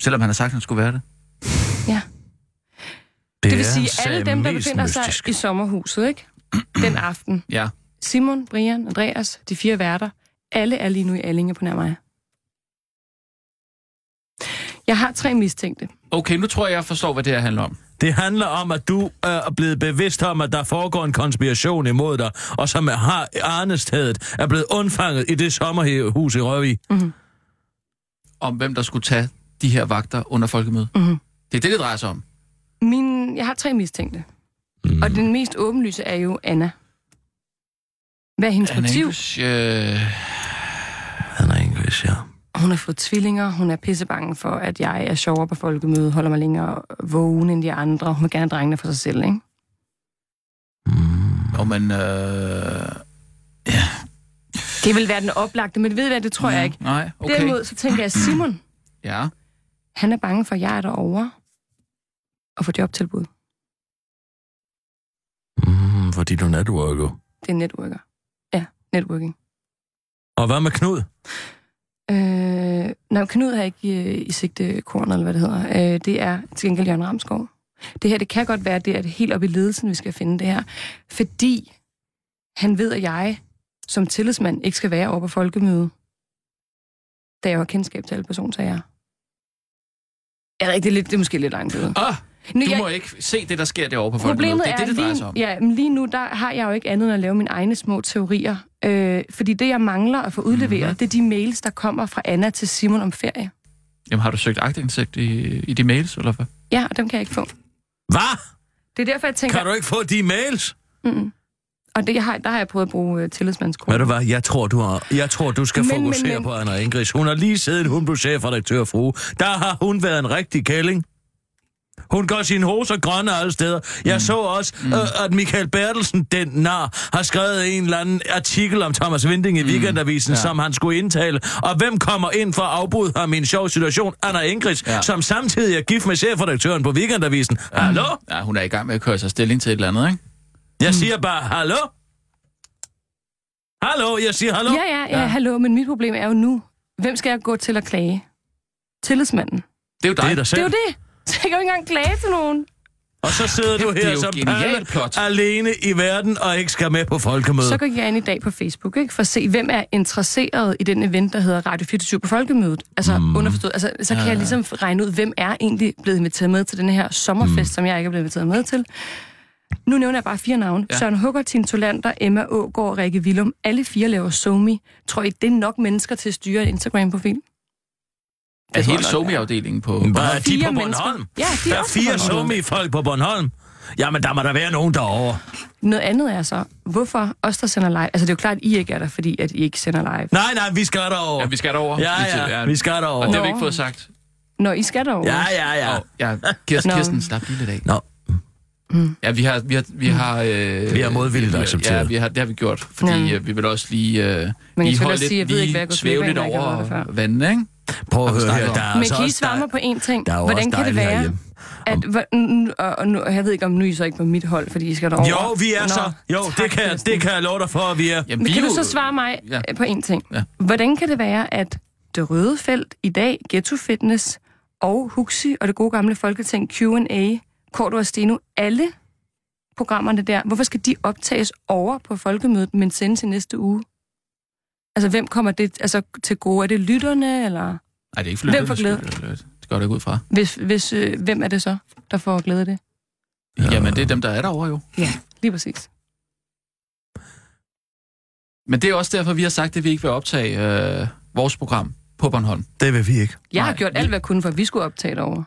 [SPEAKER 4] Selvom han har sagt, at han skulle være det.
[SPEAKER 6] Det, det vil
[SPEAKER 5] er
[SPEAKER 6] sige, alle dem, der
[SPEAKER 5] mest
[SPEAKER 6] befinder sig
[SPEAKER 5] mystisk.
[SPEAKER 6] i sommerhuset, ikke? *clears throat* den aften.
[SPEAKER 4] Ja.
[SPEAKER 6] Simon, Brian, Andreas, de fire værter, alle er lige nu i Allinge på nær mig. Jeg har tre mistænkte.
[SPEAKER 4] Okay, nu tror jeg, jeg forstår, hvad det her handler om.
[SPEAKER 5] Det handler om, at du øh, er blevet bevidst om, at der foregår en konspiration imod dig, og som er- har Arnestedet er blevet undfanget i det sommerhus i Røvig.
[SPEAKER 4] Om hvem, der skulle tage de her vagter under folkemødet. Mm-hmm.
[SPEAKER 6] Mhm.
[SPEAKER 4] Det er det, det drejer sig om.
[SPEAKER 6] Min, jeg har tre mistænkte. Mm. Og den mest åbenlyse er jo Anna. Hvad er hendes
[SPEAKER 4] Anna
[SPEAKER 6] motiv?
[SPEAKER 4] English, øh,
[SPEAKER 5] Han er engelsk, ja.
[SPEAKER 6] Hun har fået tvillinger. Hun er pissebange for, at jeg er sjovere på folkemødet, holder mig længere vågen end de andre. Hun vil gerne have drengene for sig selv, ikke?
[SPEAKER 4] og man, øh,
[SPEAKER 6] Det vil være den oplagte, men ved I hvad, det tror jeg ikke.
[SPEAKER 4] nej, okay.
[SPEAKER 6] Okay. Derimod så tænker jeg, Simon,
[SPEAKER 4] Ja.
[SPEAKER 6] han er bange for, at jeg er derovre og får jobtilbud.
[SPEAKER 5] Mm, fordi du er networker.
[SPEAKER 6] Det er networker. Ja, networking.
[SPEAKER 5] Og hvad med Knud?
[SPEAKER 6] Øh, Nej, Knud har ikke øh, i sigte korn, eller hvad det hedder. Øh, det er til gengæld Jørgen Ramskov. Det her, det kan godt være, at det er det helt op i ledelsen, vi skal finde det her. Fordi han ved, at jeg som tillidsmand ikke skal være oppe på folkemødet, da jeg har kendskab til alle personsager. Jeg ved ikke, det er, lidt, det er måske lidt langt ude.
[SPEAKER 4] Ah,
[SPEAKER 6] Nu,
[SPEAKER 4] du
[SPEAKER 6] jeg,
[SPEAKER 4] må ikke se det, der sker derovre på folkemødet.
[SPEAKER 6] Problemet
[SPEAKER 4] Det er det, det drejer sig
[SPEAKER 6] lige,
[SPEAKER 4] om.
[SPEAKER 6] ja, men lige nu, der har jeg jo ikke andet end at lave mine egne små teorier. Øh, fordi det, jeg mangler at få udleveret,
[SPEAKER 4] Mhm.
[SPEAKER 6] mm-hmm. det er de mails, der kommer fra Anna til Simon om ferie.
[SPEAKER 4] Jamen, har du søgt agtindsigt i, i de mails, eller hvad?
[SPEAKER 6] Ja, og dem kan jeg ikke få.
[SPEAKER 5] Hvad?
[SPEAKER 6] Det er derfor, jeg tænker...
[SPEAKER 5] Kan du ikke få de mails?
[SPEAKER 6] Og det har, der har jeg prøvet at bruge øh, tillidsmandskort.
[SPEAKER 5] Ved du hvad, jeg tror, du, har, jeg tror, du skal
[SPEAKER 6] Men,
[SPEAKER 5] men,
[SPEAKER 6] men,
[SPEAKER 5] fokusere men,
[SPEAKER 6] men-
[SPEAKER 5] på Anna Ingris. Hun har lige siddet, hun blev chefredaktør fru. Der har hun været en rigtig kælling. Hun gør sine hoser grønne alle steder. Jeg mm. så også, mm. øh, at Michael Bertelsen, den nar, har skrevet en eller anden artikel om Thomas Vinding i Weekendavisen, Mm. ja. som han skulle indtale. Og hvem kommer ind for at afbryde ham i en sjov situation? Anna Ingris,
[SPEAKER 4] Ja.
[SPEAKER 5] ja. Mm. som samtidig er gift med chefredaktøren på Weekendavisen. Hallo?
[SPEAKER 4] Ja, hun er i gang med at køre sig stilling til et eller andet, ikke?
[SPEAKER 5] Jeg siger bare, hallo? Hallo, jeg siger hallo.
[SPEAKER 6] Ja, ja, ja, ja, hallo, men mit problem er jo nu. Hvem skal jeg gå til at klage? Tillidsmanden.
[SPEAKER 4] Det er jo dig.
[SPEAKER 5] Det er dig
[SPEAKER 6] Det
[SPEAKER 5] selv.
[SPEAKER 6] er jo det. *laughs* Så jeg kan jo ikke engang klage til nogen.
[SPEAKER 5] Og så sidder du
[SPEAKER 4] Det er
[SPEAKER 5] her
[SPEAKER 4] jo
[SPEAKER 5] som
[SPEAKER 4] genialt
[SPEAKER 5] Palle
[SPEAKER 4] plot.
[SPEAKER 5] alene i verden og ikke skal med på folkemødet.
[SPEAKER 6] Så går jeg ind i dag på Facebook, ikke, for at se, hvem er interesseret i den event, der hedder Radio 24 på Folkemødet. Altså, mm. underforstået. Altså, så kan jeg ligesom regne ud, hvem er egentlig blevet inviteret med til den her sommerfest, mm. som jeg ikke er blevet inviteret med til. Nu nævner jeg bare fire navne. Ja. Søren Hugger, Tine Tolander, Emma Ågaard, Rikke Willum. Alle fire laver somi. Tror I, det er nok mennesker til at styre en Instagram-profil?
[SPEAKER 4] er
[SPEAKER 6] tror jeg
[SPEAKER 4] hele
[SPEAKER 6] nok,
[SPEAKER 4] somi-afdelingen på...
[SPEAKER 5] Hvad er de
[SPEAKER 6] fire
[SPEAKER 5] på
[SPEAKER 6] mennesker.
[SPEAKER 5] Bornholm?
[SPEAKER 6] Ja, de
[SPEAKER 5] der
[SPEAKER 6] er
[SPEAKER 5] er
[SPEAKER 6] også på
[SPEAKER 5] fire
[SPEAKER 6] Bornholm.
[SPEAKER 5] summe i folk på Bornholm. Jamen, der må der være nogen derovre.
[SPEAKER 6] Noget andet er så, hvorfor os, der sender live... Altså, det er jo klart, at I ikke er der, fordi at I ikke sender live.
[SPEAKER 5] Nej, nej, vi skal derover.
[SPEAKER 4] Ja, vi skal derover.
[SPEAKER 5] Ja, ja, vi skal
[SPEAKER 4] Og det
[SPEAKER 5] derover.
[SPEAKER 4] har vi ikke fået sagt.
[SPEAKER 6] Når I skal derover.
[SPEAKER 5] Ja, ja,
[SPEAKER 4] Ja.
[SPEAKER 5] ja.
[SPEAKER 4] Og, ja. Kirsten,
[SPEAKER 6] Nå.
[SPEAKER 4] Kirsten, slap lige lidt af.
[SPEAKER 5] Nå,
[SPEAKER 4] Ja, vi har... Vi har, vi har, øh,
[SPEAKER 5] Vi har Mm. modvilligt
[SPEAKER 4] vi- Ja,
[SPEAKER 5] accepteret.
[SPEAKER 4] vi har, det har vi gjort, fordi
[SPEAKER 6] Ja.
[SPEAKER 4] ja. vi vil også lige... Øh,
[SPEAKER 6] kan
[SPEAKER 4] lige
[SPEAKER 6] selvfølgelig
[SPEAKER 4] holde
[SPEAKER 6] også sige, jeg ved
[SPEAKER 4] lige
[SPEAKER 6] ikke, hvad jeg går glip
[SPEAKER 4] svæve
[SPEAKER 6] af,
[SPEAKER 4] lidt
[SPEAKER 6] når jeg ikke har været der
[SPEAKER 4] over
[SPEAKER 6] før.
[SPEAKER 4] vandet, ikke?
[SPEAKER 5] prøv at
[SPEAKER 4] vi
[SPEAKER 5] høre
[SPEAKER 4] snakker
[SPEAKER 5] her.
[SPEAKER 4] om.
[SPEAKER 5] Der er
[SPEAKER 6] Men
[SPEAKER 5] altså
[SPEAKER 6] kan I
[SPEAKER 5] også
[SPEAKER 6] svare
[SPEAKER 5] dej-
[SPEAKER 6] mig på én ting?
[SPEAKER 5] der er jo
[SPEAKER 6] Hvordan
[SPEAKER 5] også
[SPEAKER 6] kan det
[SPEAKER 5] dejligt
[SPEAKER 6] være,
[SPEAKER 5] herhjemme.
[SPEAKER 6] at... hvor- n- Og, og nu, jeg ved ikke, om nu er I så ikke på mit hold, fordi I skal derover.
[SPEAKER 5] Jo, vi er
[SPEAKER 6] Nå,
[SPEAKER 5] så. Jo, det
[SPEAKER 6] tak,
[SPEAKER 5] kan,
[SPEAKER 6] Kirsten.
[SPEAKER 5] det kan jeg love dig for, at vi er.
[SPEAKER 4] Jamen,
[SPEAKER 6] Men
[SPEAKER 4] vi
[SPEAKER 6] kan
[SPEAKER 4] er
[SPEAKER 6] du så
[SPEAKER 4] jo-
[SPEAKER 6] svare mig
[SPEAKER 4] Ja.
[SPEAKER 6] ja. på én ting?
[SPEAKER 4] Ja.
[SPEAKER 6] Ja. Hvordan kan det være, at det røde felt i dag, Ghetto Fitness og Huxi og det gode gamle Folketing Q&A, Korto og Steno, alle programmerne der, hvorfor skal de optages over på folkemødet, men sendes i næste uge? Altså, hvem kommer det altså, til gode? Er det lytterne, eller
[SPEAKER 4] Nej, det er ikke
[SPEAKER 6] Hvem
[SPEAKER 4] flyttet.
[SPEAKER 6] får glæde?
[SPEAKER 4] Det går det ikke ud fra.
[SPEAKER 6] hvis, hvis, øh, hvem er det så, der får glæde af det?
[SPEAKER 4] Jamen, det er dem, der er derovre jo.
[SPEAKER 6] Lige præcis.
[SPEAKER 4] Men det er også derfor, vi har sagt, at vi ikke vil optage øh, vores program på Bornholm.
[SPEAKER 5] Det vil vi ikke.
[SPEAKER 6] Jeg har
[SPEAKER 4] Nej,
[SPEAKER 6] gjort
[SPEAKER 4] vi-
[SPEAKER 6] alt, hvad jeg kunne, for at vi skulle optage det over.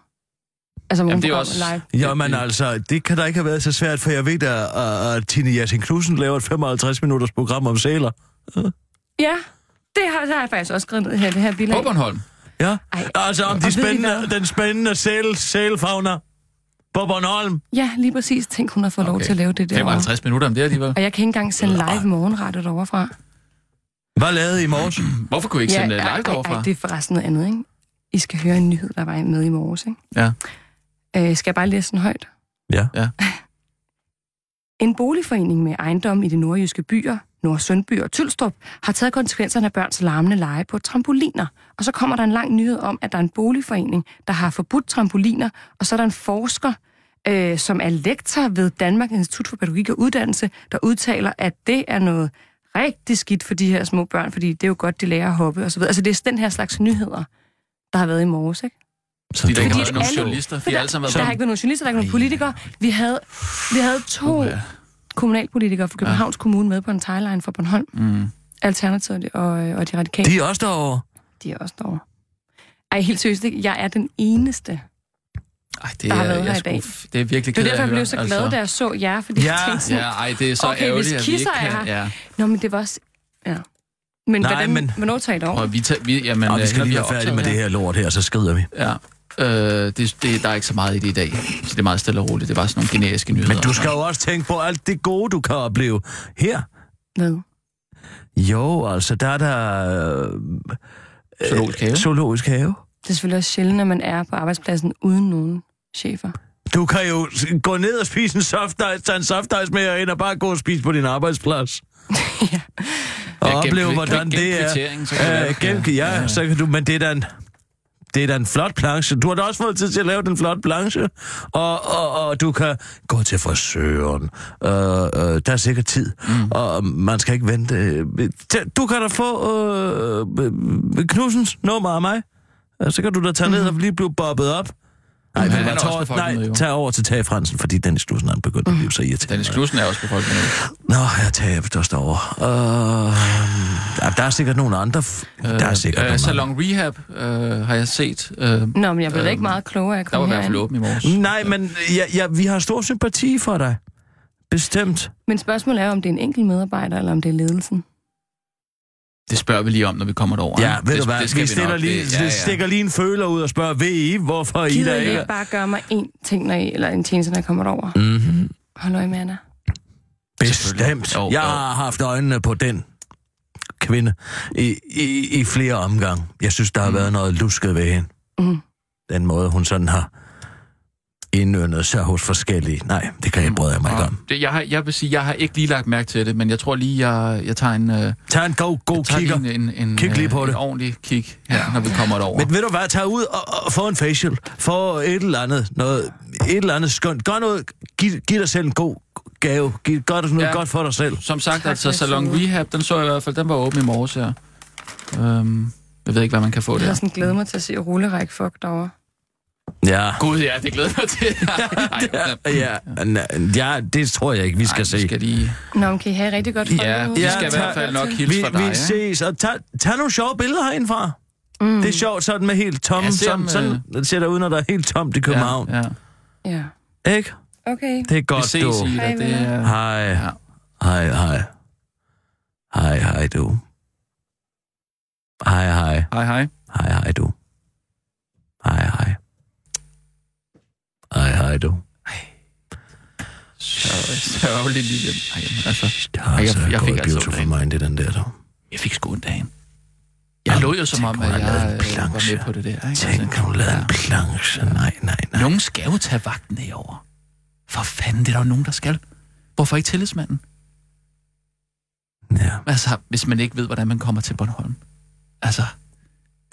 [SPEAKER 6] Altså,
[SPEAKER 4] Jamen,
[SPEAKER 6] Jamen,
[SPEAKER 4] det er
[SPEAKER 6] også...
[SPEAKER 4] også-
[SPEAKER 6] live.
[SPEAKER 5] Jamen
[SPEAKER 4] Det-
[SPEAKER 5] altså, det kan da ikke have været så svært, for jeg ved, at, at- at Tine Jersin Knudsen laver et 55-minutters program om sæler.
[SPEAKER 6] Ja, det har, det har jeg faktisk også skrevet ned her, det her bilag.
[SPEAKER 4] På Bornholm.
[SPEAKER 5] Ja,
[SPEAKER 6] Ej.
[SPEAKER 5] altså om
[SPEAKER 6] Og ved
[SPEAKER 5] de
[SPEAKER 6] I
[SPEAKER 5] spændende,
[SPEAKER 6] hvad?
[SPEAKER 5] den spændende sæl, sælfagner på Bornholm.
[SPEAKER 6] Ja, lige præcis. Tænk, hun har fået okay. lov til at lave det der.
[SPEAKER 4] 55 minutter om det alligevel.
[SPEAKER 6] *laughs* Og jeg kan ikke engang sende live morgenrettet overfra.
[SPEAKER 5] Hvad lavede I i morges?
[SPEAKER 4] Hvorfor kunne I ikke
[SPEAKER 6] ja,
[SPEAKER 4] sende øh,
[SPEAKER 6] ej,
[SPEAKER 4] live
[SPEAKER 6] ej,
[SPEAKER 4] derovre
[SPEAKER 6] ej, det er forresten noget andet, ikke? I skal høre en nyhed, der var med i morges, ikke?
[SPEAKER 4] Ja.
[SPEAKER 6] Øh, skal jeg bare læse den højt?
[SPEAKER 5] Ja.
[SPEAKER 4] Ja.
[SPEAKER 6] en boligforening med ejendom i de nordjyske byer, Nordsundby og Tylstrup, har taget konsekvenserne af børns larmende lege på trampoliner. Og så kommer der en lang nyhed om, at der er en boligforening, der har forbudt trampoliner, og så er der en forsker, øh, som er lektor ved Danmark Institut for Pædagogik og Uddannelse, der udtaler, at det er noget rigtig skidt for de her små børn, fordi det er jo godt, de lærer at hoppe osv. Altså det er den her slags nyheder, der har været i morges, ikke?
[SPEAKER 5] Så
[SPEAKER 4] Fordi der ikke har
[SPEAKER 6] Fordi
[SPEAKER 4] været
[SPEAKER 6] at
[SPEAKER 4] nogen
[SPEAKER 6] alle-
[SPEAKER 4] journalister. De
[SPEAKER 6] der,
[SPEAKER 4] har alle sammen været
[SPEAKER 6] der har
[SPEAKER 4] sammen.
[SPEAKER 6] ikke været nogen journalister, der har ikke været nogen politikere. Vi havde, vi havde to
[SPEAKER 4] Uha.
[SPEAKER 6] kommunalpolitikere fra Københavns ja. Kommune med på en tagline fra Bornholm.
[SPEAKER 4] Mm.
[SPEAKER 6] Alternativet og, øh, og de radikale, de,
[SPEAKER 5] De er også derovre.
[SPEAKER 6] de er også derovre. Ej, helt seriøst, ikke? jeg er den eneste. Det
[SPEAKER 4] Ej, det
[SPEAKER 6] der har
[SPEAKER 4] er,
[SPEAKER 6] været
[SPEAKER 4] jeg
[SPEAKER 6] her i
[SPEAKER 4] skulle-
[SPEAKER 6] dag.
[SPEAKER 4] f- Det er virkelig
[SPEAKER 6] var
[SPEAKER 4] ked af
[SPEAKER 6] derfor, jeg
[SPEAKER 4] at
[SPEAKER 6] blev
[SPEAKER 4] høre,
[SPEAKER 6] så glad, altså. da jeg så jer, fordi
[SPEAKER 5] Ja.
[SPEAKER 6] jeg tænkte sådan,
[SPEAKER 4] Ja,
[SPEAKER 6] ja.
[SPEAKER 4] ej, det er så
[SPEAKER 6] Okay, hvis
[SPEAKER 4] ærgerligt, at vi
[SPEAKER 6] Kisser
[SPEAKER 4] ikke
[SPEAKER 6] er
[SPEAKER 4] kan...
[SPEAKER 6] her-
[SPEAKER 4] Ja.
[SPEAKER 6] nå, men det var også... Ja. Men,
[SPEAKER 5] Nej,
[SPEAKER 6] hvordan,
[SPEAKER 5] men-
[SPEAKER 6] hvornår tager I det over?
[SPEAKER 4] Og vi, tager, vi, jamen,
[SPEAKER 5] Og vi
[SPEAKER 4] øh,
[SPEAKER 5] skal
[SPEAKER 4] når
[SPEAKER 5] lige
[SPEAKER 4] har
[SPEAKER 5] være færdige
[SPEAKER 4] optaget
[SPEAKER 5] med det her lort her, så skrider vi.
[SPEAKER 4] Ja. Øh, det, det, der er ikke så meget i det i dag. Så det er meget stille og roligt. Det var sådan nogle generiske nyheder.
[SPEAKER 5] Men du skal jo også tænke på alt det gode, du kan opleve her.
[SPEAKER 6] Hvad?
[SPEAKER 5] Jo, altså, der er der... Øh,
[SPEAKER 4] Zoologisk have.
[SPEAKER 5] Zoologisk have.
[SPEAKER 6] Det er selvfølgelig også sjældent, at man er på arbejdspladsen uden nogen chefer.
[SPEAKER 5] Du kan jo s- gå ned og spise en softice, tage en softice med herind og bare gå og spise på din arbejdsplads.
[SPEAKER 6] ja.
[SPEAKER 4] Ja,
[SPEAKER 5] Og
[SPEAKER 4] gennem-
[SPEAKER 5] opleve, hvordan
[SPEAKER 4] gennem
[SPEAKER 5] det er.
[SPEAKER 4] kvittering, så kan det være,
[SPEAKER 5] Øh,
[SPEAKER 4] du kan-
[SPEAKER 5] gennem, ja, så kan du, men det er da en, Det er da en flot planche. Du har da også fået tid til at lave den flot planche. Og, og, og du kan gå til frisøren. Øh, øh, der er sikkert tid. Mm. Og man skal ikke vente. Øh, t- Du kan da få øh, øh, Knudsens nummer af mig. Øh, Så kan du da tage ned og lige blive bobbet op. Nej,
[SPEAKER 4] Men
[SPEAKER 5] vel,
[SPEAKER 4] Mhm. han
[SPEAKER 5] jeg
[SPEAKER 4] er
[SPEAKER 5] tror,
[SPEAKER 4] også på
[SPEAKER 5] nej,
[SPEAKER 4] Folkemødet, jo.
[SPEAKER 5] tag over til Tage Fransen, fordi Dennis Knudsen han begyndte at blive så irriterende.
[SPEAKER 4] Dennis Knudsen er også på folkemødet.
[SPEAKER 5] Nå, jeg tager jeg også derovre. Øh, ja, der er sikkert nogle andre. F- der er sikkert øh, nogle
[SPEAKER 4] Salon Rehab øh, har jeg set. Øh, der
[SPEAKER 6] Nå, men jeg blev da ikke
[SPEAKER 4] Øhm,
[SPEAKER 6] meget klogere af at
[SPEAKER 4] var i
[SPEAKER 6] komme
[SPEAKER 4] hvert fald
[SPEAKER 6] herind.
[SPEAKER 4] åben i morges.
[SPEAKER 5] andre. Nej, men ja, ja, vi har stor sympati for dig. Bestemt.
[SPEAKER 6] Men spørgsmålet er, om det er en enkelt medarbejder, eller om det er ledelsen.
[SPEAKER 4] Det spørger vi lige om, når vi kommer derover.
[SPEAKER 5] Ja, ved
[SPEAKER 4] det,
[SPEAKER 5] du hvad,
[SPEAKER 4] det
[SPEAKER 5] det
[SPEAKER 4] skal
[SPEAKER 5] vi stiller
[SPEAKER 4] nok.
[SPEAKER 5] lige,
[SPEAKER 4] Det-
[SPEAKER 5] det, ja, ja. stikker lige en føler ud og spørger, ved I, hvorfor I
[SPEAKER 6] Gider
[SPEAKER 5] der
[SPEAKER 6] I
[SPEAKER 5] ikke...
[SPEAKER 6] ikke bare gøre mig én ting, når I, eller en tjeneste, når jeg kommer derover?
[SPEAKER 4] Mhm.
[SPEAKER 5] Mm-hmm.
[SPEAKER 6] Hold øje med, Anna.
[SPEAKER 5] Bestemt.
[SPEAKER 4] Jo, jo.
[SPEAKER 5] Jeg har haft øjnene på den kvinde i, i, i flere omgang. Jeg synes, der har mm. været noget lusket ved hende.
[SPEAKER 6] Mm.
[SPEAKER 5] Den måde, hun sådan har indøndet sig hos forskellige. Nej, det kan jeg brød jeg mig ikke
[SPEAKER 4] Og
[SPEAKER 5] om.
[SPEAKER 4] Det, jeg, har, jeg vil sige, jeg har ikke lige lagt mærke til det, men jeg tror lige, jeg, jeg tager en... Øh, jeg
[SPEAKER 5] Tag en god, god
[SPEAKER 4] tager
[SPEAKER 5] kigger.
[SPEAKER 4] lige en, øh, en, en,
[SPEAKER 5] Kig lige på
[SPEAKER 4] øh,
[SPEAKER 5] det.
[SPEAKER 4] en ordentlig kig her, når vi kommer derover.
[SPEAKER 5] Men ved du hvad, tag ud og, og få en facial. Få et eller andet, noget, et eller andet skønt. Gør noget, giv, giv dig selv en god gave. Giv gør dig noget ja.
[SPEAKER 4] Ja.
[SPEAKER 5] godt for dig selv.
[SPEAKER 4] Som sagt,
[SPEAKER 6] Tak,
[SPEAKER 4] altså
[SPEAKER 6] jeg
[SPEAKER 4] Salon
[SPEAKER 6] synes.
[SPEAKER 4] Rehab, den så jeg i hvert fald, den var åben i morges her. Øhm, jeg ved ikke, hvad man kan få
[SPEAKER 6] Jeg har
[SPEAKER 4] der.
[SPEAKER 6] sådan glædet mig til at se rulleræk fuck derovre.
[SPEAKER 5] Ja.
[SPEAKER 4] Gud, ja, det glæder jeg mig
[SPEAKER 5] *laughs*
[SPEAKER 4] til. Ej,
[SPEAKER 5] Ja, n- ja, det tror jeg ikke, vi skal
[SPEAKER 4] ej,
[SPEAKER 5] se.
[SPEAKER 4] vi skal lige...
[SPEAKER 6] Nå, men kan I have et rigtig godt
[SPEAKER 4] Ja, vi
[SPEAKER 6] folkemøde?
[SPEAKER 4] skal i
[SPEAKER 5] tak.
[SPEAKER 4] hvert fald nok
[SPEAKER 5] Vi,
[SPEAKER 4] hilse fra
[SPEAKER 5] vi
[SPEAKER 4] dig. ikke?
[SPEAKER 5] ses, og tag, tag nogle sjove billeder herindfra. Mm. Det er sjovt sådan med helt tomme,
[SPEAKER 4] Ja,
[SPEAKER 5] ja,
[SPEAKER 4] se om, øh,
[SPEAKER 5] sådan, sådan, det ser der ud, når der er helt tomt i København. Ja,
[SPEAKER 4] Ja, ja.
[SPEAKER 6] Ja.
[SPEAKER 5] ja. Ikke?
[SPEAKER 6] Okay.
[SPEAKER 5] Det er
[SPEAKER 4] Vi
[SPEAKER 5] godt,
[SPEAKER 4] ses,
[SPEAKER 5] du.
[SPEAKER 4] Ida.
[SPEAKER 6] Hej,
[SPEAKER 4] Det
[SPEAKER 6] venner.
[SPEAKER 4] er...
[SPEAKER 5] Hej.
[SPEAKER 4] Ja.
[SPEAKER 5] Hej, hej. Hej, hej, du. Hej, hej.
[SPEAKER 4] Hej, hej.
[SPEAKER 5] Hej, hej, du. Hej, hej. Hej, hej, du.
[SPEAKER 4] Sørgelig lille. Ej, altså,
[SPEAKER 5] Det har
[SPEAKER 4] jeg-
[SPEAKER 5] altså
[SPEAKER 4] jeg fik
[SPEAKER 5] gået
[SPEAKER 4] altså
[SPEAKER 5] beautiful
[SPEAKER 4] ondt.
[SPEAKER 5] mind, det den der, du.
[SPEAKER 4] jeg fik sgu en dagen. Jeg lå jo som om,
[SPEAKER 5] hun
[SPEAKER 4] at
[SPEAKER 5] har
[SPEAKER 4] jeg
[SPEAKER 5] lavet en
[SPEAKER 4] øh, var
[SPEAKER 5] planche.
[SPEAKER 4] med på det der. Ikke? Altså,
[SPEAKER 5] Tænk, hun lavede en planche. Nej, nej, nej.
[SPEAKER 4] Nogen skal jo tage vagten herover. For fanden, det er der jo nogen, der skal. Hvorfor ikke tillidsmanden?
[SPEAKER 5] Ja.
[SPEAKER 4] Altså, hvis man ikke ved, hvordan man kommer til Bornholm. Altså,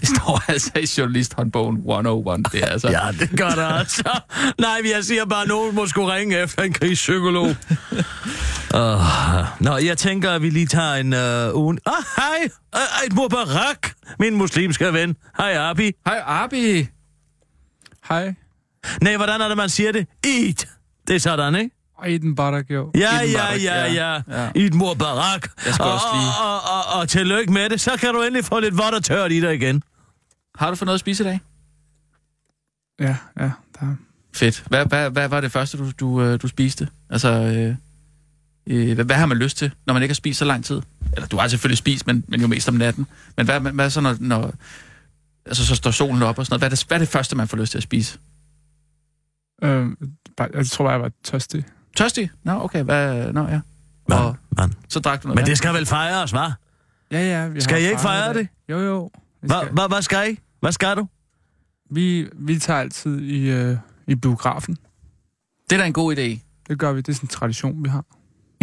[SPEAKER 4] det står *laughs* altså i journalisthåndbogen 101. Det er altså...
[SPEAKER 5] Ja, det gør der altså. Nej, men jeg siger bare, at nogen må skulle ringe efter en krigspsykolog. *laughs* uh, nå, jeg tænker, at vi lige tager en uh, ugen. Ah, hej! Uh, et Mubarak, min muslimske ven. Hej, Abi.
[SPEAKER 4] Hej, Abi. Hej.
[SPEAKER 5] Nej, hvordan er det, man siger det? Eid. Det er sådan, ikke?
[SPEAKER 4] Iden Barak, jo.
[SPEAKER 5] Ja, ja, ja, ja. Eid Mubarak.
[SPEAKER 4] Jeg skal
[SPEAKER 5] og,
[SPEAKER 4] også lige-
[SPEAKER 5] Og, og, og, og tillykke med det. Så kan du endelig få lidt vådt og tørt i dig igen.
[SPEAKER 4] Har du fået noget at spise i dag?
[SPEAKER 1] Ja, ja, der.
[SPEAKER 4] Fedt. Hvad, hvad, hvad var det første, du, du, øh, du spiste? Altså, øh, øh, hvad, hvad har man lyst til, når man ikke har spist så lang tid? Eller du har selvfølgelig spist, men, men jo mest om natten. Men hvad, hvad, hvad så, når, når altså, så står solen op og sådan noget? Hvad er, det, hvad er det første, man får lyst til at spise?
[SPEAKER 1] Øh, bare, jeg tror bare, jeg var tørstig.
[SPEAKER 4] Tørstig? Nå, okay. Hvad, nå, ja.
[SPEAKER 5] Man,
[SPEAKER 4] Og-
[SPEAKER 5] man.
[SPEAKER 4] Så drak du noget
[SPEAKER 5] Men
[SPEAKER 4] vand.
[SPEAKER 5] det skal vel fejres, hva'?
[SPEAKER 1] Ja, ja. Vi
[SPEAKER 5] Skal
[SPEAKER 1] har
[SPEAKER 5] I ikke
[SPEAKER 1] fejret
[SPEAKER 5] fejre
[SPEAKER 1] i dag.
[SPEAKER 5] det?
[SPEAKER 1] Jo, jo. Vi,
[SPEAKER 5] Hva-
[SPEAKER 1] skal,
[SPEAKER 5] hva- Hvad skal I? Hvad skal du?
[SPEAKER 1] vi, vi tager altid i, øh, i biografen.
[SPEAKER 4] det er da en god idé.
[SPEAKER 1] Det gør vi. Det er sådan en tradition, vi har.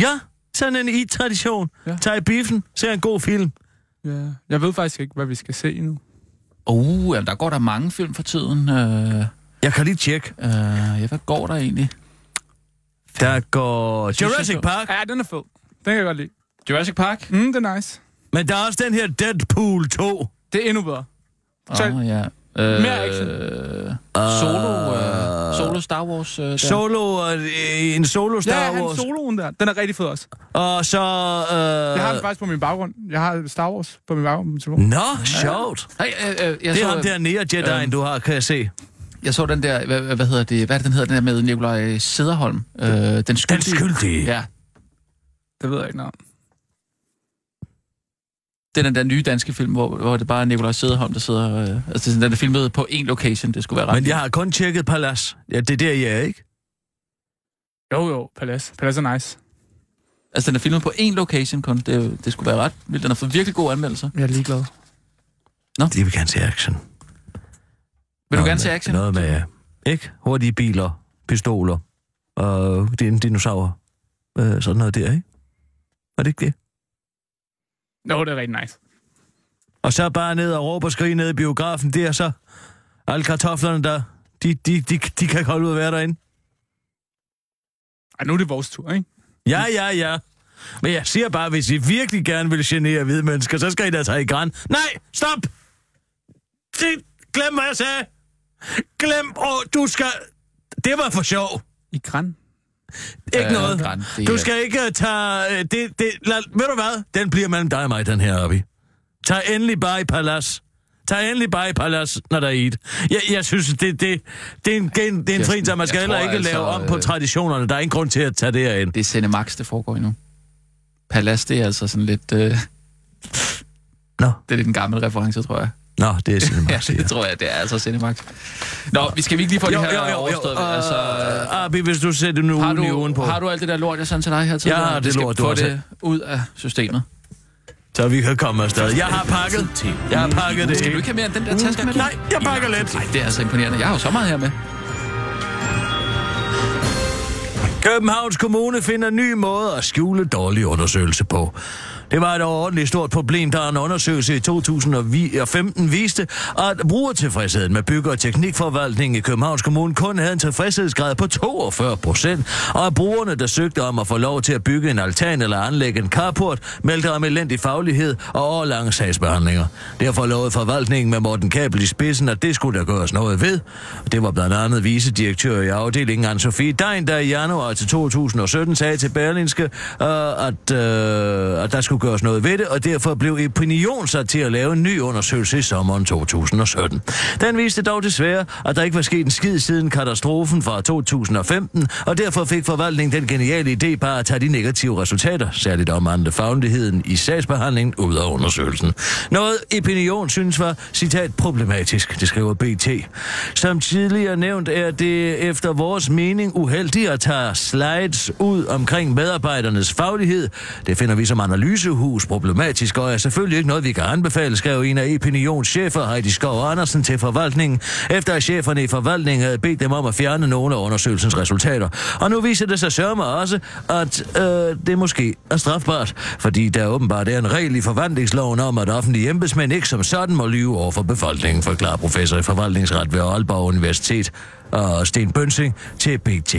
[SPEAKER 5] Ja, sådan en i-tradition. Ja.
[SPEAKER 1] Ja.
[SPEAKER 5] Tag i biffen, se en god film.
[SPEAKER 1] Ja. Jeg ved faktisk ikke, hvad vi skal se endnu.
[SPEAKER 4] Uh, jamen, der går der mange film for tiden. Øh,
[SPEAKER 5] Jeg kan lige tjekke.
[SPEAKER 4] øh, ja, hvad går der egentlig?
[SPEAKER 5] Der går Jurassic
[SPEAKER 4] jeg-
[SPEAKER 5] Park,
[SPEAKER 1] Ja, den er fed. Den kan jeg godt lide.
[SPEAKER 4] Jurassic Park?
[SPEAKER 1] Mm, det er nice.
[SPEAKER 5] men der er også den her Deadpool 2.
[SPEAKER 1] Det er endnu bedre.
[SPEAKER 4] Åh,
[SPEAKER 1] Tøj.
[SPEAKER 4] oh, ja. Øh,
[SPEAKER 1] Mere action.
[SPEAKER 4] Øh, solo, øh, solo Star Wars. Øh, der.
[SPEAKER 5] Ah. Solo, øh, en solo
[SPEAKER 1] Ja,
[SPEAKER 5] Star
[SPEAKER 1] han
[SPEAKER 5] Wars.
[SPEAKER 1] soloen der. Den er rigtig fed også.
[SPEAKER 5] Og så...
[SPEAKER 1] Jeg har den
[SPEAKER 5] Øh...
[SPEAKER 1] faktisk på min baggrund. Jeg har Star Wars på min baggrund på min telefon.
[SPEAKER 5] Nå, sjovt.
[SPEAKER 4] Hey, øh, øh, jeg
[SPEAKER 5] Det
[SPEAKER 4] så,
[SPEAKER 5] er ham
[SPEAKER 4] øh,
[SPEAKER 5] der nære Jedi'en,
[SPEAKER 4] øhm,
[SPEAKER 5] du har, kan jeg se.
[SPEAKER 4] Jeg så den der, hvad, hvad hedder det, hvad er det, den hedder, den der med Nikolaj Sederholm? Øh, den skyldige.
[SPEAKER 5] Den skyldige.
[SPEAKER 4] Ja,
[SPEAKER 1] Det ved jeg ikke noget om.
[SPEAKER 4] det er den der nye danske film, hvor, hvor det bare er Nikolaj Sederholm, der sidder... Øh, altså, det er sådan, den er filmet på én location, det skulle være ret.
[SPEAKER 5] Men jeg har kun tjekket Palace. Ja, det er der, jeg er, ikke?
[SPEAKER 1] Jo, jo. Palace. Palace er nice.
[SPEAKER 4] Altså, den er filmet på én location kun, det, er jo- det skulle være ret vildt. Den har fået virkelig gode anmeldelser.
[SPEAKER 1] Jeg er ligeglad.
[SPEAKER 5] De vil gerne se action. Vil
[SPEAKER 4] Vil du gerne se action?
[SPEAKER 5] Noget med, ikke? Hurtige biler, pistoler og din- dinosaurer. Øh, sådan noget der, ikke? Var det ikke det?
[SPEAKER 1] Jo, det er rigtig nice.
[SPEAKER 5] Og så bare ned og råbe og skrige ned i biografen, det er så... Alle kartoflerne der, de, de, de, de kan ikke holde ud at være derinde.
[SPEAKER 1] Ej, nu er det vores tur, ikke?
[SPEAKER 5] Ja, ja, ja. Men jeg siger bare, hvis I virkelig gerne vil genere hvide mennesker, så skal I da tage i græn. Nej, stop! Det- Glem, hvad jeg sagde. Glem, og du skal... Det var for sjov.
[SPEAKER 1] I græn.
[SPEAKER 5] Ikke
[SPEAKER 4] Øh,
[SPEAKER 5] noget.
[SPEAKER 4] græn, det
[SPEAKER 5] Du
[SPEAKER 4] er-
[SPEAKER 5] skal ikke øh, tage... øh, Det, det, lad, ved du hvad? Den bliver mellem dig og mig, den her, Abi. Tag endelig bare i palads. Tag endelig bare i palads, når der er et. Jeg, jeg synes, det, det, det er en, det er en, det er en
[SPEAKER 4] Jeg-
[SPEAKER 5] trin, som man
[SPEAKER 4] jeg
[SPEAKER 5] skal
[SPEAKER 4] tror
[SPEAKER 5] heller ikke altså,
[SPEAKER 4] altså,
[SPEAKER 5] lave om på
[SPEAKER 4] øh,
[SPEAKER 5] traditionerne. Der er ingen grund til at tage det her ind.
[SPEAKER 4] Det er Cinemax, det foregår endnu. Palas, det er altså sådan lidt... Øh,
[SPEAKER 5] Nå,
[SPEAKER 4] det er lidt en gammel reference, tror jeg.
[SPEAKER 5] Nå
[SPEAKER 4] *laughs*
[SPEAKER 5] det er simpelthen
[SPEAKER 4] Ja, det tror jeg, det er altså Cinemax. Nå, vi skal vi ikke lige få det her overstået? altså,
[SPEAKER 5] Øh, Abi, hvis du sætter nu
[SPEAKER 4] har,
[SPEAKER 5] union
[SPEAKER 4] du,
[SPEAKER 5] på,
[SPEAKER 4] har du alt det der lort, jeg sendte til dig her til?
[SPEAKER 5] det lort, du
[SPEAKER 4] du
[SPEAKER 5] har
[SPEAKER 4] har det ud af systemet.
[SPEAKER 5] så vi kan komme afsted. Jeg har pakket. Jeg har pakket det
[SPEAKER 4] Skal du
[SPEAKER 5] hele.
[SPEAKER 4] ikke have mere end den der taske med?
[SPEAKER 5] Nej, jeg pakker lidt.
[SPEAKER 4] Nej, det er altså imponerende. Jeg har jo så meget her med.
[SPEAKER 5] Københavns Kommune finder ny måde at skjule dårlig undersøgelse på. Det var et ordentligt stort problem, da en undersøgelse i 2015 viste, at brugertilfredsheden med bygge- og teknikforvaltningen i Københavns Kommune kun havde en tilfredshedsgrad på 42 procent, og at brugerne, der søgte om at få lov til at bygge en altan eller anlægge en carport, meldte om elendig faglighed og årlange sagsbehandlinger. Derfor lovede forvaltningen med Morten Kabel i spidsen, at det skulle der gøres noget ved. Det var blandt andet vicedirektør i afdelingen Anne-Sophie Dein, der i januar til 2017 sagde til Berlinske, øh, at, øh, at der skulle gøres noget ved det, og derfor blev Opinion sat til at lave en ny undersøgelse i sommeren 2017. Den viste dog desværre, at der ikke var sket en skid siden katastrofen fra 2015, og derfor fik forvaltningen den geniale idé bare at tage de negative resultater, særligt omhandle fagligheden i sagsbehandlingen ud af undersøgelsen. Noget Opinion synes var, citat, problematisk, det skriver BT. Som tidligere nævnt er det efter vores mening uheldigt at tage slides ud omkring medarbejdernes faglighed. Det finder vi som analysehus problematisk, og er selvfølgelig ikke noget, vi kan anbefale, skrev en af Opinions chefer, Heidi Skov Andersen, til forvaltningen, efter at cheferne i forvaltningen havde bedt dem om at fjerne nogle af undersøgelsens resultater. Og nu viser det sig sørme også, at øh, det måske er strafbart, fordi der åbenbart er en regel i forvandlingsloven om, at offentlige embedsmænd ikke som sådan må lyve over for befolkningen, forklarer professor i forvaltningsret ved Aalborg Universitet og Sten Bønsing til BT.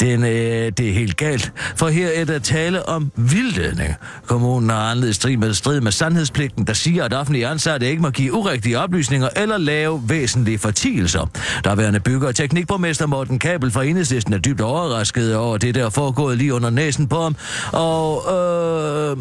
[SPEAKER 5] Den, øh, det er helt galt, for her er der tale om vildledning. Kommunen har anledes strid med, strid med sandhedspligten, der siger, at offentlige ansatte ikke må give urigtige oplysninger eller lave væsentlige fortielser. Derværende bygger og teknikborgmester Morten Kabel fra Enhedslisten er dybt overrasket over det, der er foregået lige under næsen på ham, og øh,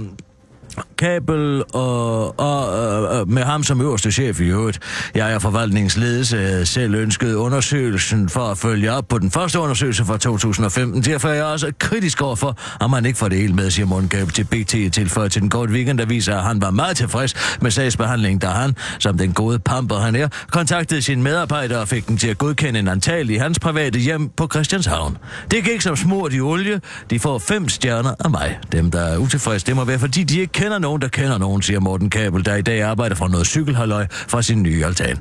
[SPEAKER 5] Kabel og, og øh, øh, med ham som øverste chef i øvrigt. Jeg er forvaltningsledelse havde selv ønsket undersøgelsen for at følge op på den første undersøgelse fra 2015. Derfor er jeg også kritisk overfor, at man ikke får det hele med, siger Morten Kabel til BT tilføjet til den korte weekend, der viser, at han var meget tilfreds med sagsbehandlingen, da han, som den gode pamper han er, kontaktede sine medarbejdere og fik dem til at godkende en antal i hans private hjem på Christianshavn. Det gik som smurt i olie. De får fem stjerner af mig. Dem, der er utilfredse, det må være, fordi de ikke kender nogen, der kender nogen, siger Morten Kabel, der i dag arbejder for noget cykelhalløj fra sin nye altan.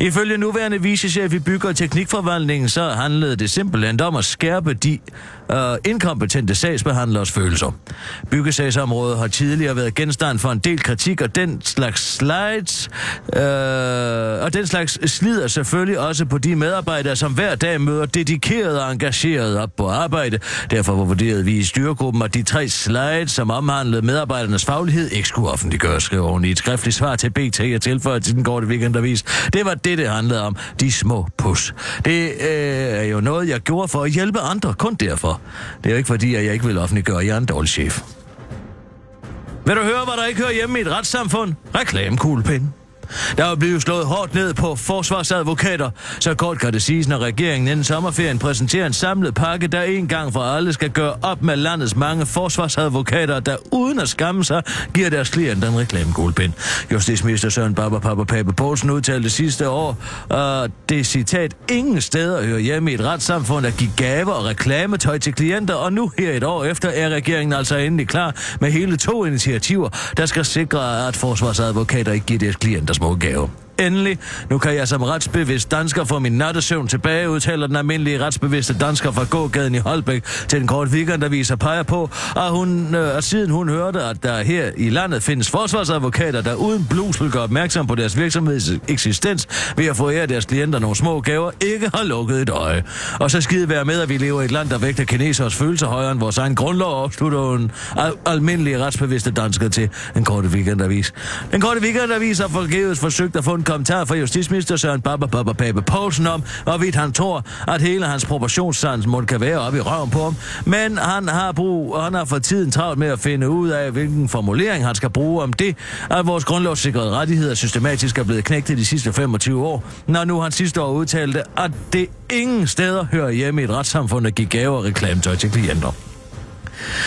[SPEAKER 5] Ifølge nuværende vicechef i Bygge- og Teknikforvandlingen, så handlede det simpelthen om at skærpe de øh, inkompetente sagsbehandlers følelser. Byggesagsområdet har tidligere været genstand for en del kritik, og den slags slides, øh, og den slags slider selvfølgelig også på de medarbejdere, som hver dag møder dedikerede og engagerede op på arbejde. Derfor vurderede vi i styregruppen, at de tre slides, som omhandlede medarbejdernes faglighed, ikke skulle offentliggøres, skriver hun i et skriftligt svar til BT og tilføjer til den korte weekendavis. Det var det, det handlede om. De små pus. Det øh, er jo noget, jeg gjorde for at hjælpe andre, kun derfor. Det er jo ikke fordi, at jeg ikke vil offentliggøre, at jeg er en dårlig chef. Vil du høre, hvad der ikke hører hjemme i et retssamfund? Reklamekuglepind. Der er blevet slået hårdt ned på forsvarsadvokater. Så kort kan det siges, når regeringen inden sommerferien præsenterer en samlet pakke, der en gang for alle skal gøre op med landets mange forsvarsadvokater, der uden at skamme sig, giver deres klienter en reklamekuglepind. Justitsminister Søren Barber Papa Pape Poulsen udtalte sidste år, at det citat ingen steder hører hjemme i et retssamfund at give gaver og reklametøj til klienter, og nu her et år efter er regeringen altså endelig klar med hele to initiativer, der skal sikre, at forsvarsadvokater ikke giver deres klienter små gaver. Endelig, nu kan jeg som retsbevidst dansker få min nattesøvn tilbage, udtaler den almindelige retsbevidste dansker fra gågaden i Holbæk til den kort weekendavis og peger på, at, hun, øh, at siden hun hørte, at der her i landet findes forsvarsadvokater, der uden blus vil gøre opmærksom på deres virksomheds eksistens ved at forære deres klienter nogle små gaver, ikke har lukket et øje. Og så skide være med, at vi lever i et land, der vægter kineseres følelser højere end vores egen grundlov, opslutter hun al- almindelige retsbevidste dansker til en korte weekendavis. Den korte weekendavis har forgæves forsøgt at få en kommentar fra justitsminister Søren Baba Baba Pape Poulsen om, hvorvidt han tror, at hele hans proportionssans måtte kan være op i røven på ham, men han har, brug, og han har for tiden travlt med at finde ud af, hvilken formulering han skal bruge om det, at vores grundlovssikrede rettigheder systematisk er blevet knægtet de sidste 25 år, når nu han sidste år udtalte, at det ingen steder hører hjemme i et retssamfund at give gaver og reklametøj til klienter.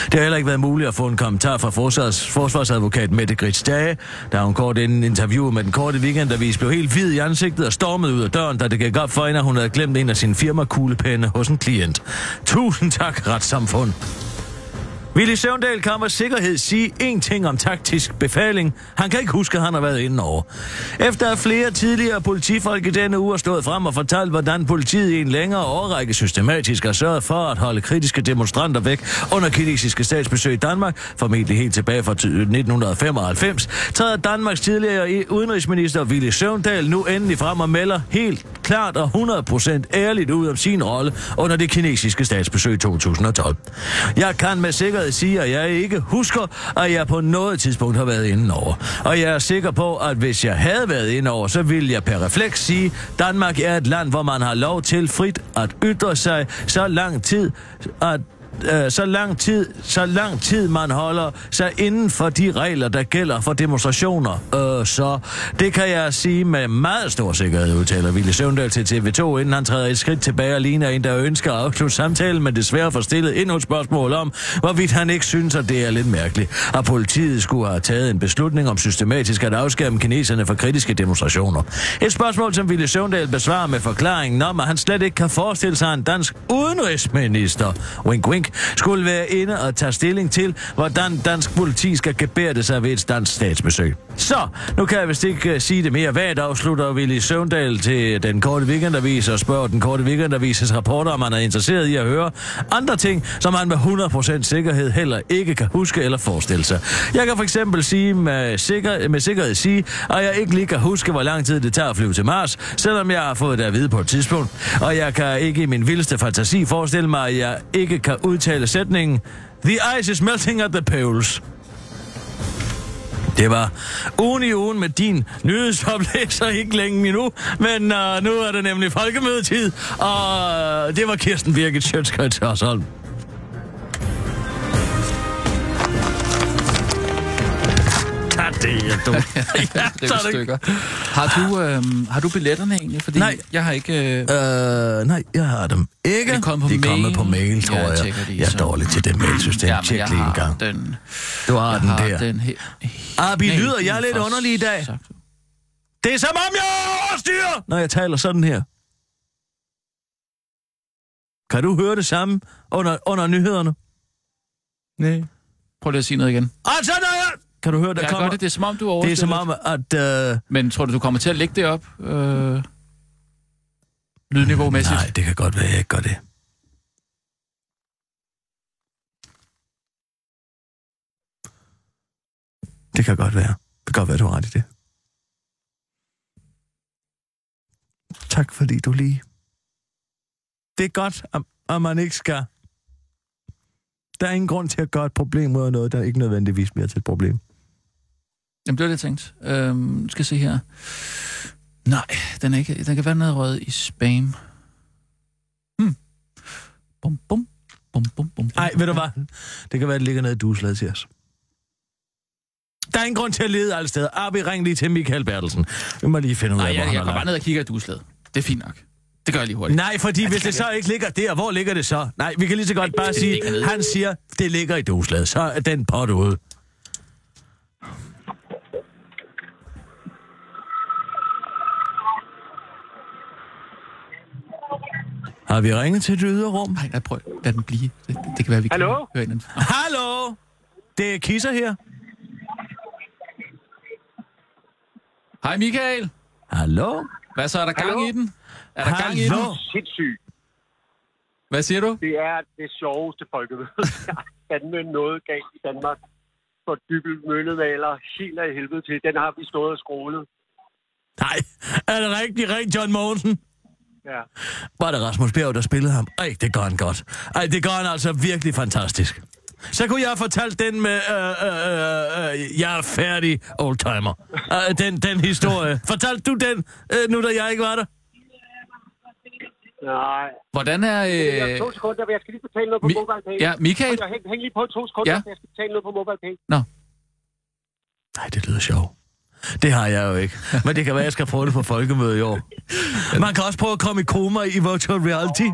[SPEAKER 5] Det har heller ikke været muligt at få en kommentar fra forsvars, forsvarsadvokat Mette Grits Dage, da hun kort inden interviewet med den korte weekendavis blev helt hvid i ansigtet og stormede ud af døren, da det gik op for hende, at hun havde glemt en af sine firmakuglepenne hos en klient. Tusind tak, retssamfund. Willy Søvndal kan med sikkerhed sige én ting om taktisk befaling. Han kan ikke huske, at han har været inde over. Efter at flere tidligere politifolk i denne uge har stået frem og fortalt, hvordan politiet i en længere årrække systematisk har sørget for at holde kritiske demonstranter væk under kinesiske statsbesøg i Danmark, formentlig helt tilbage fra ty- 1995, træder Danmarks tidligere i- udenrigsminister Willy Søvndal nu endelig frem og melder helt klart og 100% ærligt ud om sin rolle under det kinesiske statsbesøg i 2012. Jeg kan med sikkerhed sige, at jeg ikke husker, at jeg på noget tidspunkt har været inde over. Og jeg er sikker på, at hvis jeg havde været inde over, så ville jeg per refleks sige, Danmark er et land, hvor man har lov til frit at ytre sig så lang tid, at øh, så lang tid, så lang tid man holder sig inden for de regler, der gælder for demonstrationer. Øh, så det kan jeg sige med meget stor sikkerhed, udtaler Ville Søvndal til TV2, inden han træder et skridt tilbage og ligner en, der ønsker at afslutte samtalen, men desværre får stillet endnu et spørgsmål om, hvorvidt han ikke synes, at det er lidt mærkeligt, at politiet skulle have taget en beslutning om systematisk at afskærme kineserne fra kritiske demonstrationer. Et spørgsmål, som Ville Søvndal besvarer med forklaringen om, at han slet ikke kan forestille sig, at en dansk udenrigsminister, wink wink, skulle være inde og tage stilling til, hvordan dansk politi skal gebærde sig ved et dansk statsbesøg. Så, nu kan jeg vist ikke øh, sige det mere. Hvad afslutter Willy Søvndal til den korte weekendavis og spørger den korte weekendavises rapporter, om han er interesseret i at høre andre ting, som han med 100% sikkerhed heller ikke kan huske eller forestille sig. Jeg kan for eksempel sige med, sikker, med sikkerhed sige, at jeg ikke lige kan huske, hvor lang tid det tager at flyve til Mars, selvom jeg har fået det at vide på et tidspunkt. Og jeg kan ikke i min vildeste fantasi forestille mig, at jeg ikke kan udtale sætningen The ice is melting at the poles. Det var ugen i ugen med din nyhedsoplæser ikke længe endnu, men uh, nu er det nemlig folkemødetid, og øh, det var Kirsten Birgit Sjøtskøjt Hørsholm. Tag det, *laughs* er dumt. ja,
[SPEAKER 4] Rive
[SPEAKER 5] tak.
[SPEAKER 4] stykker. Har du, øh, har du billetterne egentlig? Fordi
[SPEAKER 5] Nej.
[SPEAKER 4] Jeg har ikke... Øh,
[SPEAKER 5] Øh, nej, jeg har dem ikke.
[SPEAKER 4] Er de kommet på
[SPEAKER 5] de er kommet
[SPEAKER 4] mail?
[SPEAKER 5] på mail, tror
[SPEAKER 4] Jeg
[SPEAKER 5] jeg. Jeg,
[SPEAKER 4] tjekker de
[SPEAKER 5] jeg er
[SPEAKER 4] så.
[SPEAKER 5] dårlig til det mailsystem. Ja,
[SPEAKER 4] men
[SPEAKER 5] Tjek lige en
[SPEAKER 4] har
[SPEAKER 5] gang.
[SPEAKER 4] Den,
[SPEAKER 5] Du har
[SPEAKER 4] jeg
[SPEAKER 5] den
[SPEAKER 4] har
[SPEAKER 5] der.
[SPEAKER 4] Den he-
[SPEAKER 5] Abi,
[SPEAKER 4] helt
[SPEAKER 5] lyder jeg
[SPEAKER 4] inden
[SPEAKER 5] lidt
[SPEAKER 4] for
[SPEAKER 5] underlig i dag?
[SPEAKER 4] sagt.
[SPEAKER 5] Det er som om, jeg overstyrer, når jeg taler sådan her. Kan du høre det samme under, under nyhederne?
[SPEAKER 1] Nej.
[SPEAKER 4] Prøv lige at sige noget igen.
[SPEAKER 5] Altså, når jeg... Kan du høre, der
[SPEAKER 4] Jeg
[SPEAKER 5] kommer...
[SPEAKER 4] gør det, det er som om, du
[SPEAKER 5] det er
[SPEAKER 4] overstyrer
[SPEAKER 5] som
[SPEAKER 4] lidt.
[SPEAKER 5] om, at... Øh...
[SPEAKER 4] Men tror du, du kommer til at lægge det op? Øh, lydniveau-mæssigt?
[SPEAKER 5] Nej, det kan godt være, jeg ikke gør det. Det kan godt være. Det kan godt være, du har ret i det. Tak fordi du lige... Det er godt, at- at man ikke skal... Der er ingen grund til at gøre et problem ud af noget, der ikke nødvendigvis bliver til et problem.
[SPEAKER 4] Jamen, det var det, jeg tænkte. Øhm, skal se her. Nej, den, er ikke, den kan være nedrøget i spam. Hmm. Bum, bum. Bum, bum, bum.
[SPEAKER 5] Nej, ved du hvad? Det kan være, det ligger nede i dueslaget til os. Der er ingen grund til at lede alle steder. Abi, ring lige til Michael Bertelsen. Vi må lige finde ud af,
[SPEAKER 4] Nej,
[SPEAKER 5] hvor
[SPEAKER 4] jeg,
[SPEAKER 5] han
[SPEAKER 4] jeg
[SPEAKER 5] har
[SPEAKER 4] går bare
[SPEAKER 5] lagt.
[SPEAKER 4] ned og kigger i duslaget. Det er fint nok. Det gør jeg lige hurtigt.
[SPEAKER 5] Nej, fordi hvis det så ikke ligger der, hvor ligger det så? Nej, vi kan lige så godt bare
[SPEAKER 4] det
[SPEAKER 5] sige,
[SPEAKER 4] ligger nede.
[SPEAKER 5] han siger, det ligger i dueslaget. Så er den pot ude. Har vi ringet til det ydre rum?
[SPEAKER 4] Nej, nej, prøv. Lad den blive. Det, det, det kan være, vi kan
[SPEAKER 2] Hallo?
[SPEAKER 4] høre inden.
[SPEAKER 5] Hallo! Det er Kisser her.
[SPEAKER 4] Hej, Michael.
[SPEAKER 5] Hallo?
[SPEAKER 4] Hvad så, er der gang
[SPEAKER 7] Hallo?
[SPEAKER 4] i den? Er der gang i den?
[SPEAKER 5] Hallo?
[SPEAKER 7] Sindssygt.
[SPEAKER 4] Hvad siger du?
[SPEAKER 7] Det er det sjoveste
[SPEAKER 2] *laughs*
[SPEAKER 7] folkemøde. Der er fandme noget galt i Danmark. For dybbel møllemaler, helt af helvede til. Den har vi stået og skrålet.
[SPEAKER 5] Nej, er det rigtig rent, John Mogensen?
[SPEAKER 7] Ja.
[SPEAKER 5] Var det Rasmus Bjerg, der spillede ham? Ej, det gør han godt. Ej, det gør han altså virkelig fantastisk. Så kunne jeg have fortalt den med, øh, øh, øh, øh, jeg er færdig, oldtimer. Øh, den, den historie.
[SPEAKER 4] *laughs*
[SPEAKER 5] Fortalte du den, øh, nu da jeg ikke var der?
[SPEAKER 7] Nej.
[SPEAKER 4] Hvordan er...
[SPEAKER 7] Jeg har
[SPEAKER 4] Øh...
[SPEAKER 7] to sekunder, men jeg skal lige betale noget på
[SPEAKER 4] Mi-
[SPEAKER 7] MobilePay.
[SPEAKER 4] Ja, Michael?
[SPEAKER 7] Jeg hæng, hæng lige på to sekunder,
[SPEAKER 4] Ja.
[SPEAKER 7] ja. jeg skal betale noget på MobilePay.
[SPEAKER 5] Nej, det lyder sjovt. Det har jeg jo ikke. Men det kan være, jeg skal prøve det på folkemødet i år. Man kan også prøve at komme i koma i virtual reality.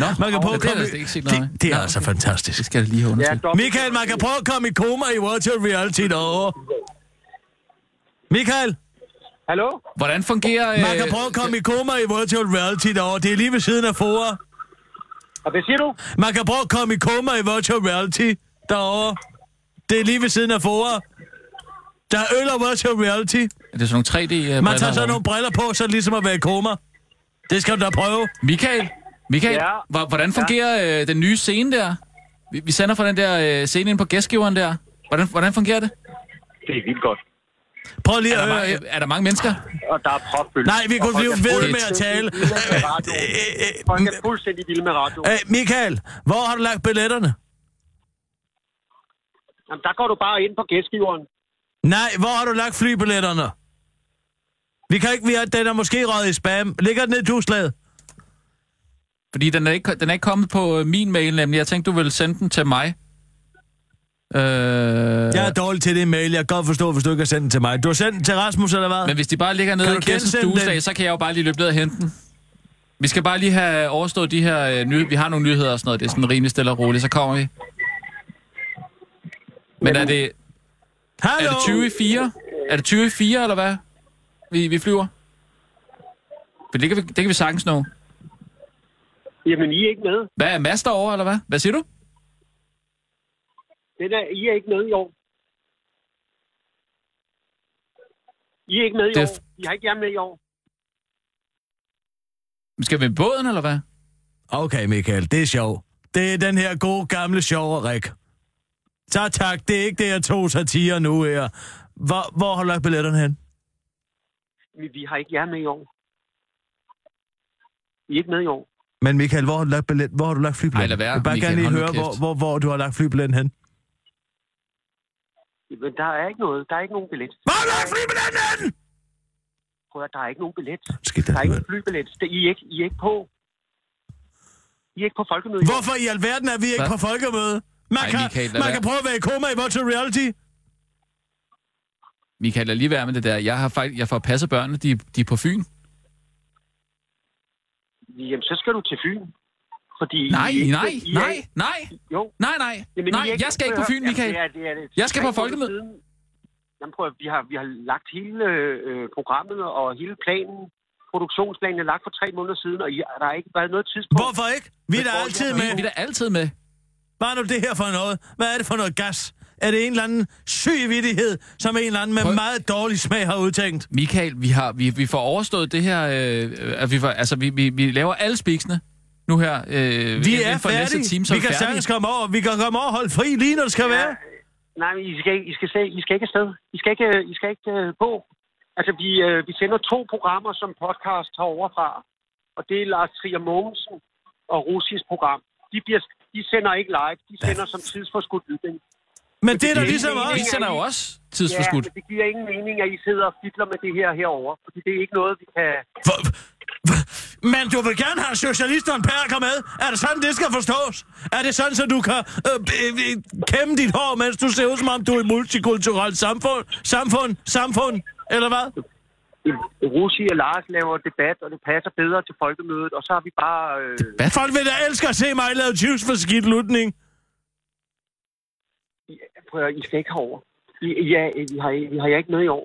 [SPEAKER 4] Nå,
[SPEAKER 5] Man kan prøve
[SPEAKER 4] det
[SPEAKER 5] at
[SPEAKER 4] har jeg
[SPEAKER 5] komme
[SPEAKER 4] vist ikke set
[SPEAKER 5] i...
[SPEAKER 4] noget af.
[SPEAKER 5] Det, det er
[SPEAKER 4] Nå,
[SPEAKER 5] altså
[SPEAKER 4] okay.
[SPEAKER 5] fantastisk.
[SPEAKER 4] Det skal jeg lige have undersøgt.
[SPEAKER 7] dobbelt-
[SPEAKER 5] Michael, man kan prøve at komme i koma i virtual reality derovre. Michael,
[SPEAKER 7] Hallo?
[SPEAKER 4] Hvordan fungerer... øh,
[SPEAKER 5] man kan prøve at komme i koma i virtual reality derovre. Det er lige ved siden af fora.
[SPEAKER 7] Og hvad siger du?
[SPEAKER 5] Man kan prøve at komme i koma i virtual reality derovre. Det er lige ved siden af fora. Der er øl og virtual reality.
[SPEAKER 4] Er det sådan nogle 3 d øh,
[SPEAKER 5] Man tager så nogle briller på, så er det ligesom at være i koma. Det skal du da prøve.
[SPEAKER 4] Michael? Michael,
[SPEAKER 7] Ja.
[SPEAKER 4] ja. hvordan fungerer ja. øh, den nye scene der? Vi, vi sender fra den der øh, scene ind på gæstgiveren der. Hvordan, hvordan fungerer det?
[SPEAKER 7] Det er vildt godt.
[SPEAKER 5] Prøv lige
[SPEAKER 4] Er
[SPEAKER 5] at
[SPEAKER 4] der,
[SPEAKER 5] høre.
[SPEAKER 4] mange, er der mange mennesker?
[SPEAKER 7] Og der er propfølge.
[SPEAKER 5] Nej, vi kunne blive ved med at tale.
[SPEAKER 7] Folk er fuldstændig vilde med radio.
[SPEAKER 5] Øh, Michael, hvor har du lagt billetterne?
[SPEAKER 7] Jamen, der går du bare ind på gæstgiveren.
[SPEAKER 5] Nej, hvor har du lagt flybilletterne? Vi kan ikke, vi har, den er måske røget i spam. Ligger den ned i duslaget?
[SPEAKER 4] Fordi den er ikke, den er ikke kommet på øh, min mail nemlig. Jeg tænkte, du ville sende den til mig. Øh,
[SPEAKER 5] Jeg
[SPEAKER 4] ja.
[SPEAKER 5] er dårlig til det mail. Jeg kan godt forstå, hvis du ikke har sendt den til mig. Du har sendt den til Rasmus, eller hvad?
[SPEAKER 4] Men hvis de bare ligger nede
[SPEAKER 5] Kan
[SPEAKER 4] i
[SPEAKER 5] du
[SPEAKER 4] Kirstens
[SPEAKER 5] gensende den?
[SPEAKER 4] dueslag, så kan jeg jo bare lige løbe ned og hente den. Vi skal bare lige have overstået de her... Øh, ny, vi har nogle nyheder og sådan noget. Det er sådan rimelig stille og roligt. Så kommer vi. Men er det,
[SPEAKER 5] Hallo?
[SPEAKER 4] Er det 20 i 4? Er det 20 i 4, eller hvad? Vi, vi flyver? For det kan vi, det kan vi sagtens nå.
[SPEAKER 7] Jamen, I er ikke med.
[SPEAKER 4] Hvad er Mads derovre, eller hvad? Hvad siger du?
[SPEAKER 7] Den er, I er ikke med i år. I er ikke med i
[SPEAKER 4] Det er
[SPEAKER 7] år. I har ikke jer med i år.
[SPEAKER 4] Skal vi med båden, eller hvad?
[SPEAKER 5] Okay, Michael, det er sjov. Det er den her gode, gamle, sjove Rik. Så tak, det er ikke det, jeg tog satire nu her. Hvor, hvor har du lagt billetterne hen?
[SPEAKER 7] Vi, vi har ikke jer med i år. I er ikke med i år.
[SPEAKER 5] Men Michael, hvor har du lagt, billet, hvor har du lagt flybilletten?
[SPEAKER 4] Ej, lad være,
[SPEAKER 5] jeg vil bare
[SPEAKER 4] Michael,
[SPEAKER 5] gerne
[SPEAKER 4] hold
[SPEAKER 5] lige
[SPEAKER 4] nu
[SPEAKER 5] høre,
[SPEAKER 4] kæft.
[SPEAKER 5] hvor, hvor, hvor du har lagt flybilletten hen.
[SPEAKER 7] Men der er ikke noget. Der er ikke nogen billet.
[SPEAKER 5] Hvor har du lagt flybilletten hen?
[SPEAKER 7] Prøv at, der er ikke nogen billet.
[SPEAKER 5] Skidt
[SPEAKER 7] Der er ikke
[SPEAKER 5] dig,
[SPEAKER 7] en flybillet. Det, I, er ikke, I er ikke på. I er ikke på folkemødet. i år.
[SPEAKER 5] Hvorfor i alverden er vi ikke
[SPEAKER 4] Hva?
[SPEAKER 5] på folkemøde? Man,
[SPEAKER 4] Ej,
[SPEAKER 5] kan,
[SPEAKER 4] Michael, lad
[SPEAKER 5] man
[SPEAKER 4] være.
[SPEAKER 5] kan prøve at være i koma i virtual reality.
[SPEAKER 4] Michael, lad lige være med det der. Jeg har faktisk, jeg får passet børnene, de, de er på Fyn.
[SPEAKER 7] Jamen, så skal du til Fyn. Fordi I
[SPEAKER 4] Nej,
[SPEAKER 7] er ikke-
[SPEAKER 4] nej,
[SPEAKER 7] I er
[SPEAKER 4] nej,
[SPEAKER 7] ikke-
[SPEAKER 4] nej,
[SPEAKER 7] Jo.
[SPEAKER 4] nej, nej,
[SPEAKER 7] Jamen, I
[SPEAKER 4] nej,
[SPEAKER 7] er
[SPEAKER 4] jeg skal ikke på
[SPEAKER 7] Prøv at
[SPEAKER 4] Fyn,
[SPEAKER 7] høre.
[SPEAKER 4] Michael.
[SPEAKER 7] Jamen, det er- det er-
[SPEAKER 4] Jeg skal på
[SPEAKER 7] tre måneder
[SPEAKER 4] folkemøde.
[SPEAKER 7] siden. Jamen prøv at, vi har, vi har lagt hele øh, programmet og hele planen, produktionsplanen er lagt for tre måneder siden, og I, der har ikke været noget tidspunkt.
[SPEAKER 5] Hvorfor ikke? Vi er da
[SPEAKER 7] Hvor-
[SPEAKER 5] altid
[SPEAKER 4] Vi, vi er
[SPEAKER 5] med.
[SPEAKER 4] da altid med.
[SPEAKER 5] Hvad er nu det her for noget? Hvad er det for noget gas? Er det en eller anden syg vittighed, som en eller anden med
[SPEAKER 4] Prøv-
[SPEAKER 5] meget dårlig smag har udtænkt?
[SPEAKER 4] Michael, vi, har, vi, vi får overstået det her, øh, øh, at vi, får, altså, vi, vi, vi laver alle spiksene nu her. Øh,
[SPEAKER 5] Vi
[SPEAKER 4] inden
[SPEAKER 5] er
[SPEAKER 4] for næste time, så er
[SPEAKER 5] færdige. Vi kan
[SPEAKER 4] færdige.
[SPEAKER 5] sagtens komme over. Vi kan komme over og holde fri lige, når det skal være.
[SPEAKER 7] Nej, men I skal, ikke- I skal, se, I skal ikke afsted. I skal ikke, øh, I skal ikke øh, på. Altså, vi, øh, vi sender to programmer som podcast herovre fra, og det er Lars Trier Mogensen og Rusis program. De, bliver, de sender ikke live, de sender som tidsforskudt lytting.
[SPEAKER 5] Men det er da
[SPEAKER 7] det er
[SPEAKER 5] ligesom
[SPEAKER 7] ikke-
[SPEAKER 5] os.
[SPEAKER 4] Vi sender jo også tidsforskudt.
[SPEAKER 7] Ja, men det giver ingen mening, at I sidder og fidler med det her herover, fordi det er ikke noget, vi kan...
[SPEAKER 5] Hvor- hvor- Men du vil gerne have socialisteren Perker med. Er det sådan, det skal forstås? Er det sådan, så du kan øh, øh, øh, kæmme dit hår, mens du ser ud, som om du er i et multikulturelt samfund? Samfund? Samfund? Eller hvad?
[SPEAKER 7] Rusi og Lars laver debat, og det passer bedre til folkemødet, og så har vi bare... Øh,
[SPEAKER 5] Folk vil da elske at se mig lave juice for skidt lutning.
[SPEAKER 7] prøv at, høre, I skal ikke herover. I, ja, vi har, vi har jer ikke med i år.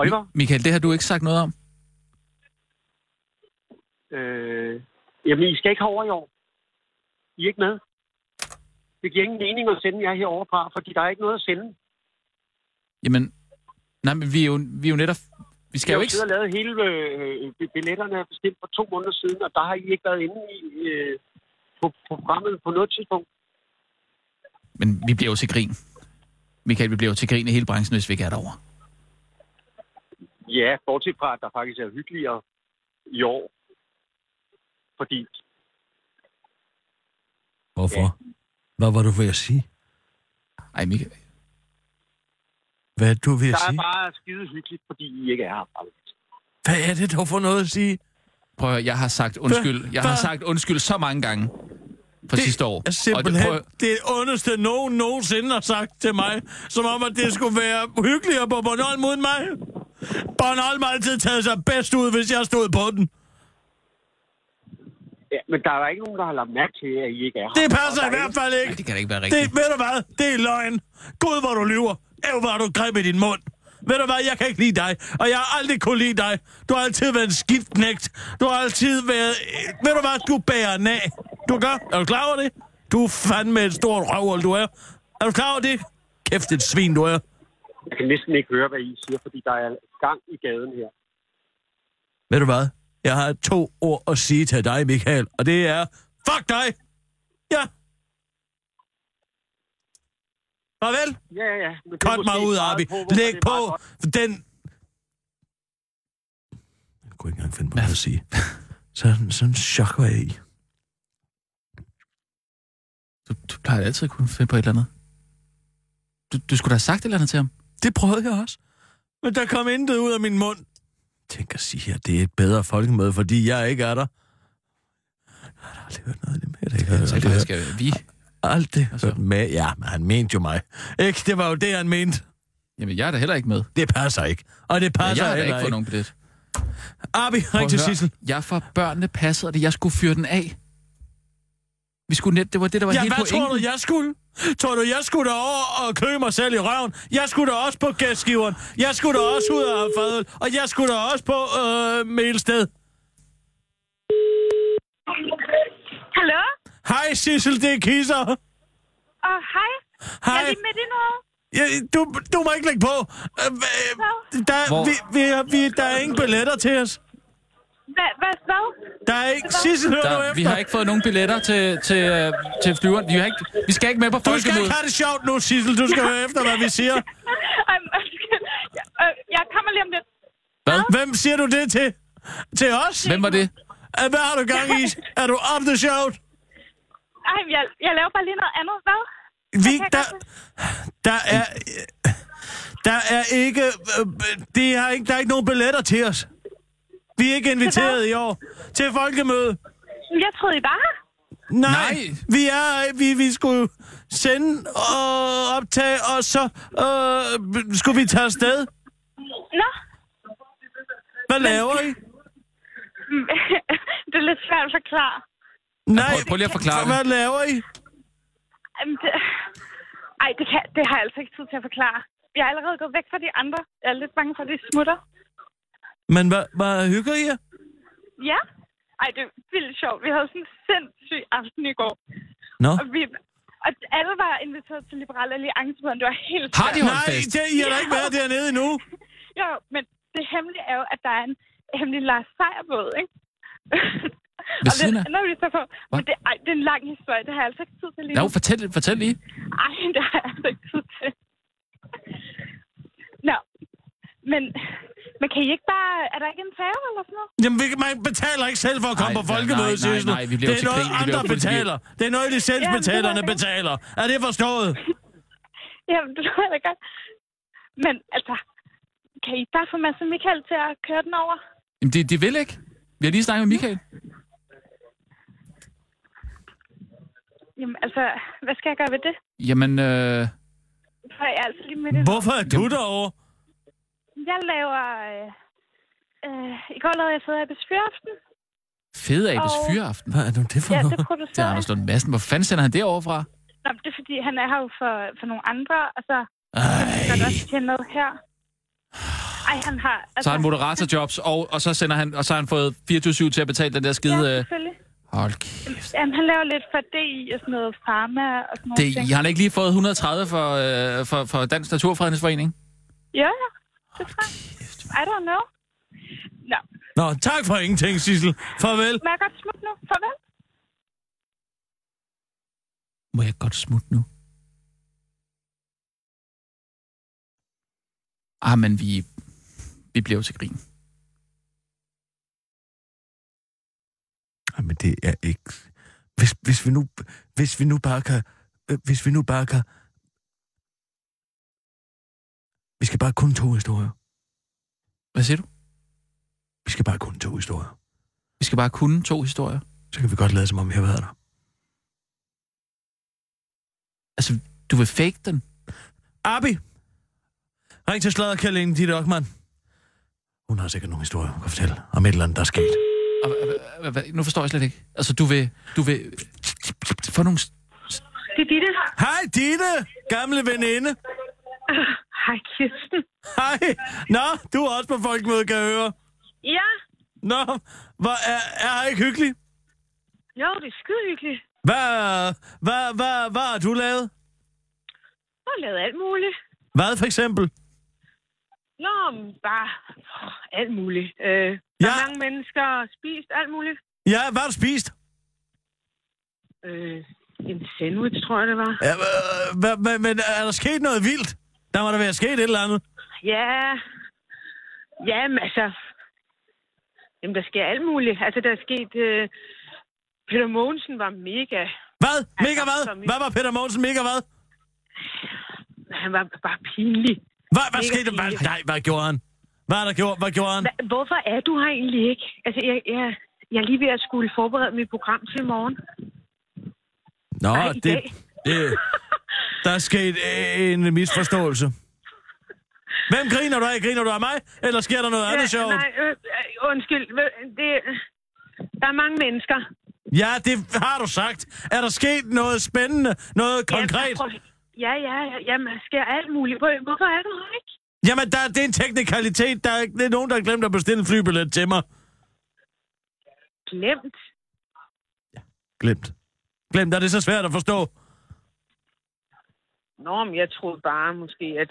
[SPEAKER 7] Oliver?
[SPEAKER 4] Michael, det har du ikke sagt noget om.
[SPEAKER 7] Øh, jamen, I skal ikke herover i år. I er ikke med. Det giver ingen mening at sende jer herovre fra, fordi der er ikke noget at sende.
[SPEAKER 4] Jamen, nej, men vi er jo, vi er jo netop... vi- Vi skal jo ikke...
[SPEAKER 7] Vi har lavet hele øh, øh, billetterne er bestilt for to måneder siden, og der har I ikke været inde i øh, på på programmet på noget tidspunkt.
[SPEAKER 4] Men vi bliver jo til grin. Michael, vi bliver jo til grin i hele branchen, hvis vi ikke er derovre.
[SPEAKER 7] Ja, bortset fra, at der faktisk er hyggeligere i år. Fordi
[SPEAKER 5] Hvorfor? Hvad var du ved at sige?
[SPEAKER 4] Ej, Michael.
[SPEAKER 5] Hvad er du ved at
[SPEAKER 7] der er
[SPEAKER 5] sige?
[SPEAKER 7] bare skide hyggeligt, fordi I ikke er her. faktisk.
[SPEAKER 5] Hvad er det, du får noget at sige?
[SPEAKER 4] Prøv at høre, jeg har sagt undskyld. Jeg har
[SPEAKER 5] Hvad?
[SPEAKER 4] sagt undskyld så mange gange for sidste år.
[SPEAKER 5] er
[SPEAKER 4] Og
[SPEAKER 5] simpelthen
[SPEAKER 4] prøv,
[SPEAKER 5] og det, det ondeste, nogen nogensinde har sagt til mig. Som om, at det skulle være hyggeligere på Bornholm uden mig. Bornholm har altid taget sig bedst ud, hvis jeg stod på den.
[SPEAKER 7] Ja, men der er ikke nogen, der har lagt mærke til, at I ikke er her.
[SPEAKER 5] Det
[SPEAKER 7] Og der
[SPEAKER 5] passer
[SPEAKER 7] er
[SPEAKER 5] i hvert fald
[SPEAKER 4] nej,
[SPEAKER 5] ikke.
[SPEAKER 4] det kan da ikke være
[SPEAKER 5] Det,
[SPEAKER 4] rigtigt.
[SPEAKER 5] ved du hvad? Det er løgn. Gud, hvor du lyver. Æv, hvor er du grim i din mund. Ved du hvad, jeg kan ikke lide dig, og jeg har aldrig kunne lide dig. Du har altid været en skidt knægt. Du har altid været... øh, Ved du hvad, du bærer den af. Du gør. Er du klar over det? Du er fandme et stort røvhul, du er. Er du klar over det? Kæft, et svin, du er.
[SPEAKER 7] Jeg kan næsten ikke høre, hvad I siger, fordi der er gang i gaden her.
[SPEAKER 5] Ved du hvad? Jeg har to ord at sige til dig, Michael, og det er... Fuck dig! Ja! Farvel!
[SPEAKER 7] Ja, ja, ja. Men det er
[SPEAKER 5] Cut
[SPEAKER 7] måske
[SPEAKER 5] mig ud,
[SPEAKER 7] svaret
[SPEAKER 5] Arbi.
[SPEAKER 7] hvorfor
[SPEAKER 5] Læg
[SPEAKER 7] det er meget
[SPEAKER 5] på
[SPEAKER 7] godt.
[SPEAKER 5] den... Jeg kunne ikke engang finde på noget at sige. Sådan, sådan chok var jeg i.
[SPEAKER 4] Du, du plejer altid at kunne finde på et eller andet. Du, du skulle da have sagt et eller andet til ham.
[SPEAKER 5] Det prøvede jeg også. Men der kom intet ud af min mund. Tænk at sige, at det er et bedre folkemøde, fordi jeg ikke er der. Jeg har da aldrig hørt noget af det med. Jeg har da
[SPEAKER 4] Så
[SPEAKER 5] aldrig
[SPEAKER 4] det
[SPEAKER 5] hørt-
[SPEAKER 4] skal vi...
[SPEAKER 5] aldrig
[SPEAKER 4] Altså.
[SPEAKER 5] hørt med. Ja, men han mente jo mig. Ikke? Det var jo det, han mente.
[SPEAKER 4] Jamen, jeg er da heller ikke med.
[SPEAKER 5] Det passer ikke. Og det
[SPEAKER 4] Ja,
[SPEAKER 5] passer
[SPEAKER 4] jeg har da
[SPEAKER 5] heller
[SPEAKER 4] ikke fået
[SPEAKER 5] ikke.
[SPEAKER 4] nogen billet.
[SPEAKER 5] Arbi,
[SPEAKER 4] Prøv
[SPEAKER 5] ring
[SPEAKER 4] at
[SPEAKER 5] til
[SPEAKER 4] høre.
[SPEAKER 5] Sissel.
[SPEAKER 4] Jeg får børnene passet, og det jeg skulle fyre den af. Vi skulle net, det var det, der var
[SPEAKER 5] Ja,
[SPEAKER 4] hele
[SPEAKER 5] hvad
[SPEAKER 4] pointen.
[SPEAKER 5] tror du, jeg skulle? Tror du, jeg skulle derover og klø mig selv i røven? Jeg skulle da også på gæstgiveren. Jeg skulle da også ud af fadøl. Og jeg skulle da også på øh, Melsted.
[SPEAKER 8] Hallo?
[SPEAKER 5] Hej, Sissel, det er Kisser.
[SPEAKER 8] Og hej. Er
[SPEAKER 5] Hej.
[SPEAKER 8] vi midt i noget?
[SPEAKER 5] Ja, du, du må ikke lægge på. Øh, øh, der,
[SPEAKER 4] Hvor-
[SPEAKER 5] vi, vi, vi, der er ingen billetter til os.
[SPEAKER 8] Hvad? Hvad? Hvad?
[SPEAKER 5] Der er ikke... Sissel, hør nu
[SPEAKER 4] Der,
[SPEAKER 5] efter.
[SPEAKER 4] vi har ikke fået nogen billetter til, til, øh, til flyveren. Vi, har ikke, vi skal ikke med på
[SPEAKER 5] Du skal
[SPEAKER 4] folkemødet.
[SPEAKER 5] ikke have det sjovt nu, Sissel. Du skal høre efter, hvad vi siger.
[SPEAKER 8] Ej, men undskyld. Jeg, øh, jeg kommer lige om lidt.
[SPEAKER 5] Hvem siger du det til? Til os?
[SPEAKER 4] Hvem var det?
[SPEAKER 5] Øh, Hvad har du gang i? Er du op det sjovt?
[SPEAKER 8] Ej, men jeg, jeg laver bare lige noget andet. Hvad?
[SPEAKER 5] Vi,
[SPEAKER 8] kan jeg
[SPEAKER 5] der,
[SPEAKER 8] godt
[SPEAKER 5] der er... øh, Der er ikke... øh, Det er ikke der er ikke nogen billetter til os. Vi er ikke inviteret i år til folkemøde.
[SPEAKER 8] Men Jeg troede, I var her.
[SPEAKER 5] Nej,
[SPEAKER 4] Nej.
[SPEAKER 5] Vi, er, vi, vi skulle sende og optage, og så øh, skulle vi tage afsted.
[SPEAKER 8] Nå.
[SPEAKER 5] Hvad laver I?
[SPEAKER 8] *laughs* det er lidt svært at forklare.
[SPEAKER 5] Nej,
[SPEAKER 4] prøv- prøv lige at forklare det.
[SPEAKER 5] Hvad laver I?
[SPEAKER 8] Jamen, det... Ej, det, kan, det har jeg altså ikke tid til at forklare. Jeg er allerede gået væk fra de andre. Jeg er lidt bange for, at de smutter.
[SPEAKER 5] Men hvad, hvad hygger I jer?
[SPEAKER 8] Ja. Ej, det er vildt sjovt. Vi havde sådan en sindssyg aften i går.
[SPEAKER 5] Nå.
[SPEAKER 8] Og, vi, og alle var inviteret til Liberal Alliance, men det var helt
[SPEAKER 4] Har de holdt
[SPEAKER 5] Nej,
[SPEAKER 4] fest?
[SPEAKER 5] det, I har da ikke været dernede endnu.
[SPEAKER 8] Jo, men det hemmelige er jo, at der er en hemmelig Lars Seierbåd, ikke? *laughs*
[SPEAKER 4] Ved
[SPEAKER 8] og
[SPEAKER 4] siden af?
[SPEAKER 8] det ender vi så på. Men
[SPEAKER 4] Hvad?
[SPEAKER 8] det, ej, det er en lang historie. Det har jeg altså ikke tid til lige
[SPEAKER 4] Jo,
[SPEAKER 8] nu.
[SPEAKER 4] fortæl, fortæl lige.
[SPEAKER 8] Ej, *laughs* det har jeg altså ikke tid til. Nå, men, men kan I ikke bare... Er der ikke en færge eller sådan noget?
[SPEAKER 5] Jamen, vi- man betaler ikke selv for at komme
[SPEAKER 4] Nej,
[SPEAKER 5] på
[SPEAKER 4] nej,
[SPEAKER 5] folkemødet,
[SPEAKER 4] nej, nej,
[SPEAKER 5] Sissel.
[SPEAKER 4] nej, vi bliver jo
[SPEAKER 5] Det er
[SPEAKER 4] til
[SPEAKER 5] noget,
[SPEAKER 4] grin, vi bliver jo
[SPEAKER 5] andre
[SPEAKER 4] til grin.
[SPEAKER 5] betaler. Det er noget, licensbetalerne
[SPEAKER 8] Jamen, det ved
[SPEAKER 5] betaler. Er det forstået?
[SPEAKER 8] Jamen, det tror jeg da godt. Men altså, kan I ikke bare få Mads og Michael til at køre den over?
[SPEAKER 4] Jamen, de, de vil ikke. Vi har lige snakket med Michael.
[SPEAKER 8] Jamen, altså, hvad skal jeg gøre ved det?
[SPEAKER 4] Jamen, øh,
[SPEAKER 8] For jeg er altså lige midt i noget.
[SPEAKER 5] Hvorfor er du derovre?
[SPEAKER 8] Jeg laver... Øh, øh, I går lavede jeg fede Abes Fyraften.
[SPEAKER 4] fede Abes
[SPEAKER 8] Og-
[SPEAKER 4] fyreaften.
[SPEAKER 5] Hvad er nu det for
[SPEAKER 8] Ja,
[SPEAKER 5] noget?
[SPEAKER 8] det
[SPEAKER 4] Det er
[SPEAKER 8] producerer jeg.
[SPEAKER 4] Anders Lund Madsen. Hvor fanden sender han det overfra?
[SPEAKER 8] Nå, men det er fordi, han er her jo for, for nogle andre, og så
[SPEAKER 5] Ej,
[SPEAKER 8] skal der også tjene noget her. Ej, han har... altså-
[SPEAKER 4] Så har han moderatorjobs, og, og så sender han, og så har han fået 24 til at betale den der skide...
[SPEAKER 8] Ja,
[SPEAKER 4] Øh,
[SPEAKER 8] selvfølgelig.
[SPEAKER 4] hold kæft.
[SPEAKER 8] Jamen, han laver lidt for DI og sådan noget pharma og sådan noget.
[SPEAKER 4] Det, har han ikke lige fået 130 for, øh, for, for Dansk Naturfredningsforening?
[SPEAKER 8] Ja, ja. Det tror jeg. I don't know.
[SPEAKER 7] Nå.
[SPEAKER 5] Nå, tak for ingenting, Sissel. Farvel.
[SPEAKER 7] Må jeg godt smutte nu? Farvel.
[SPEAKER 4] Må jeg godt smutte nu? Ah, men vi, vi bliver jo til grin.
[SPEAKER 5] Jamen, Ah, det er ikke... Hvis, hvis, vi, nu, hvis vi nu bare kan... Øh, hvis vi nu bare kan... Vi skal bare kun to historier.
[SPEAKER 4] Hvad siger du?
[SPEAKER 5] Vi skal bare kun to historier.
[SPEAKER 4] Vi skal bare kunne to historier.
[SPEAKER 5] Så kan vi godt lade som om, jeg har været der.
[SPEAKER 4] Altså, du vil fake den?
[SPEAKER 5] Abi! Ring til sladderkællingen, dit Ockmann. Hun har sikkert nogle historier, hun kan fortælle om et eller andet, der er sket.
[SPEAKER 4] Og, hva- hva- hva- nu forstår jeg slet ikke. Altså, du vil... Du vil... Få nogle... s-
[SPEAKER 7] Det er Ditte.
[SPEAKER 5] Hej, Ditte! Gamle veninde.
[SPEAKER 7] Hej, Kirsten.
[SPEAKER 5] Hej. Nå, du er også på folkemødet, kan jeg høre.
[SPEAKER 7] Ja.
[SPEAKER 5] Nå, hvor er, er jeg ikke hyggelig?
[SPEAKER 7] Jo, det er skide hyggeligt.
[SPEAKER 5] Hvad, hvad, hvad, hvad har du lavet?
[SPEAKER 7] Jeg har lavet alt muligt.
[SPEAKER 5] Hvad for eksempel?
[SPEAKER 7] Nå, men bare åh, alt muligt. Øh, der
[SPEAKER 5] Ja.
[SPEAKER 7] er mange mennesker spist alt muligt.
[SPEAKER 5] Ja, hvad har du spist?
[SPEAKER 7] Øh, en sandwich, tror jeg, det var.
[SPEAKER 5] Ja, øh, hvad, men, men er der sket noget vildt? Der må der være sket et eller andet.
[SPEAKER 7] Ja, jamen altså, jamen, der sker alt muligt. Altså, der er sket, øh, Peter Mogensen var mega,
[SPEAKER 5] Hvad?
[SPEAKER 7] Altså,
[SPEAKER 5] Mega hvad?
[SPEAKER 7] som i-
[SPEAKER 5] Hvad var Peter Mogensen? Mega hvad?
[SPEAKER 7] han var bare pinlig.
[SPEAKER 5] Hvad, hvad
[SPEAKER 7] Mega
[SPEAKER 5] skete der? Hvad,
[SPEAKER 7] pinligt.
[SPEAKER 5] nej, hvad gjorde han? Hvad har der gjort? Hvad gjorde han?
[SPEAKER 7] Hva, hvorfor er du her egentlig ikke? Altså, jeg, jeg, jeg er lige ved at skulle forberede mit program til i morgen.
[SPEAKER 5] Nå,
[SPEAKER 7] Nej, i
[SPEAKER 5] det,
[SPEAKER 7] dag.
[SPEAKER 5] det... Der er sket en misforståelse. Hvem griner du af? Griner du af mig? Eller sker der noget ja, andet sjovt?
[SPEAKER 7] nej, øh, øh, undskyld. Ved- Det, der er mange mennesker.
[SPEAKER 5] Ja, det har du sagt. Er der sket noget spændende? Noget
[SPEAKER 7] Jamen,
[SPEAKER 5] konkret?
[SPEAKER 7] prøv- Ja, ja, ja, jamen, der sker alt muligt. Hvor- Hvorfor er du her ikke?
[SPEAKER 5] Jamen, der, det er en teknikalitet. Der er, ikke- det er nogen, der har glemt at bestille en flybillet til mig.
[SPEAKER 7] Glemt.
[SPEAKER 5] Glemt. Glemt, er det så svært at forstå?
[SPEAKER 7] Nå, men jeg troede bare måske, at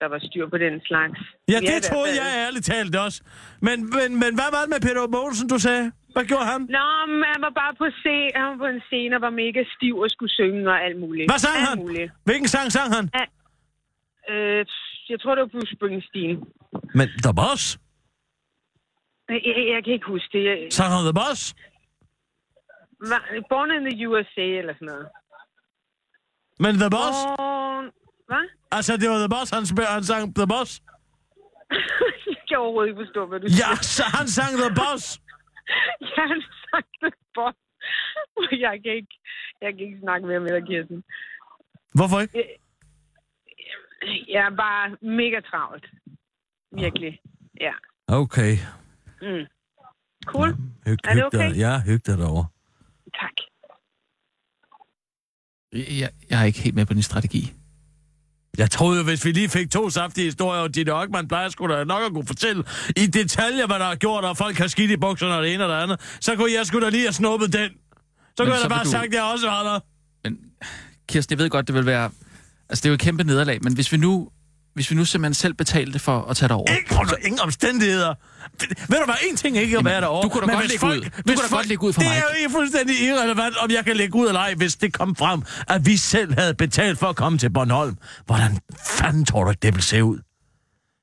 [SPEAKER 7] der var styr på den slags.
[SPEAKER 5] Ja,
[SPEAKER 7] Vi er i
[SPEAKER 5] det
[SPEAKER 7] hvert
[SPEAKER 5] troede
[SPEAKER 7] fald-
[SPEAKER 5] jeg ærligt talt også. Men, men, men hvad var det med Peter Mogensen, du sagde? Hvad gjorde han?
[SPEAKER 7] Nå, men han var bare på, se- han var på en scene og var mega stiv og skulle synge og alt muligt.
[SPEAKER 5] Hvad sang
[SPEAKER 7] alt
[SPEAKER 5] han?
[SPEAKER 7] Muligt.
[SPEAKER 5] Hvilken sang sang han?
[SPEAKER 7] Øh, jeg tror, det var Bruce Springsteen.
[SPEAKER 5] Men The Boss?
[SPEAKER 7] Jeg, jeg, jeg kan ikke huske det. Jeg,
[SPEAKER 5] Sang han The Boss?
[SPEAKER 7] var, Born in the USA eller sådan noget.
[SPEAKER 5] Men The Boss?
[SPEAKER 7] Born... Hvad?
[SPEAKER 5] Altså, det var The Boss, han, spil, han sang The Boss?
[SPEAKER 7] *laughs* jeg kan overhovedet ikke forstå, hvad du
[SPEAKER 5] Ja, så han sang The Boss!
[SPEAKER 7] *laughs* Jeg har sagt det for. *laughs* Jeg kan ikke, jeg kan ikke snakke mere med dig, Kirsten.
[SPEAKER 5] Hvorfor ikke?
[SPEAKER 7] Jeg er bare mega travlt. Virkelig. Ja.
[SPEAKER 5] Okay.
[SPEAKER 7] Cool.
[SPEAKER 5] Hyg,
[SPEAKER 7] Er det hyg dig- okay?
[SPEAKER 5] Ja, hyg dig derovre.
[SPEAKER 7] Tak.
[SPEAKER 4] Jeg, jeg er ikke helt med på din strategi.
[SPEAKER 5] Jeg troede jo, hvis vi lige fik to saftige historier, og Ditte Ockmann plejer sgu da nok at kunne fortælle i detaljer, hvad der er gjort, og folk har skidt i bukserne og det ene og det andet, så kunne jeg sgu da lige have snuppet den. Så kunne jeg
[SPEAKER 4] så vil
[SPEAKER 5] da bare
[SPEAKER 4] du-
[SPEAKER 5] sagt, at jeg også var der.
[SPEAKER 4] Men Kirsten, jeg ved godt, det vil være... Altså, det er jo et kæmpe nederlag, men hvis vi nu, hvis vi nu simpelthen selv betalte for at tage dig over...
[SPEAKER 5] Ikke under ingen omstændigheder. Det- Ved du hvad, en ting er ikke at
[SPEAKER 4] Altså- Jamen,
[SPEAKER 5] være derovre.
[SPEAKER 4] du kunne da
[SPEAKER 5] men
[SPEAKER 4] godt
[SPEAKER 5] hvis
[SPEAKER 4] lægge ud. Du kunne da godt lægge ud for
[SPEAKER 5] det
[SPEAKER 4] mig.
[SPEAKER 5] Det er jo fuldstændig irrelevant, om jeg kan lægge ud eller ej, hvis det kom frem, at vi selv havde betalt for at komme til Bornholm. Hvordan fanden tror du, det ville se ud?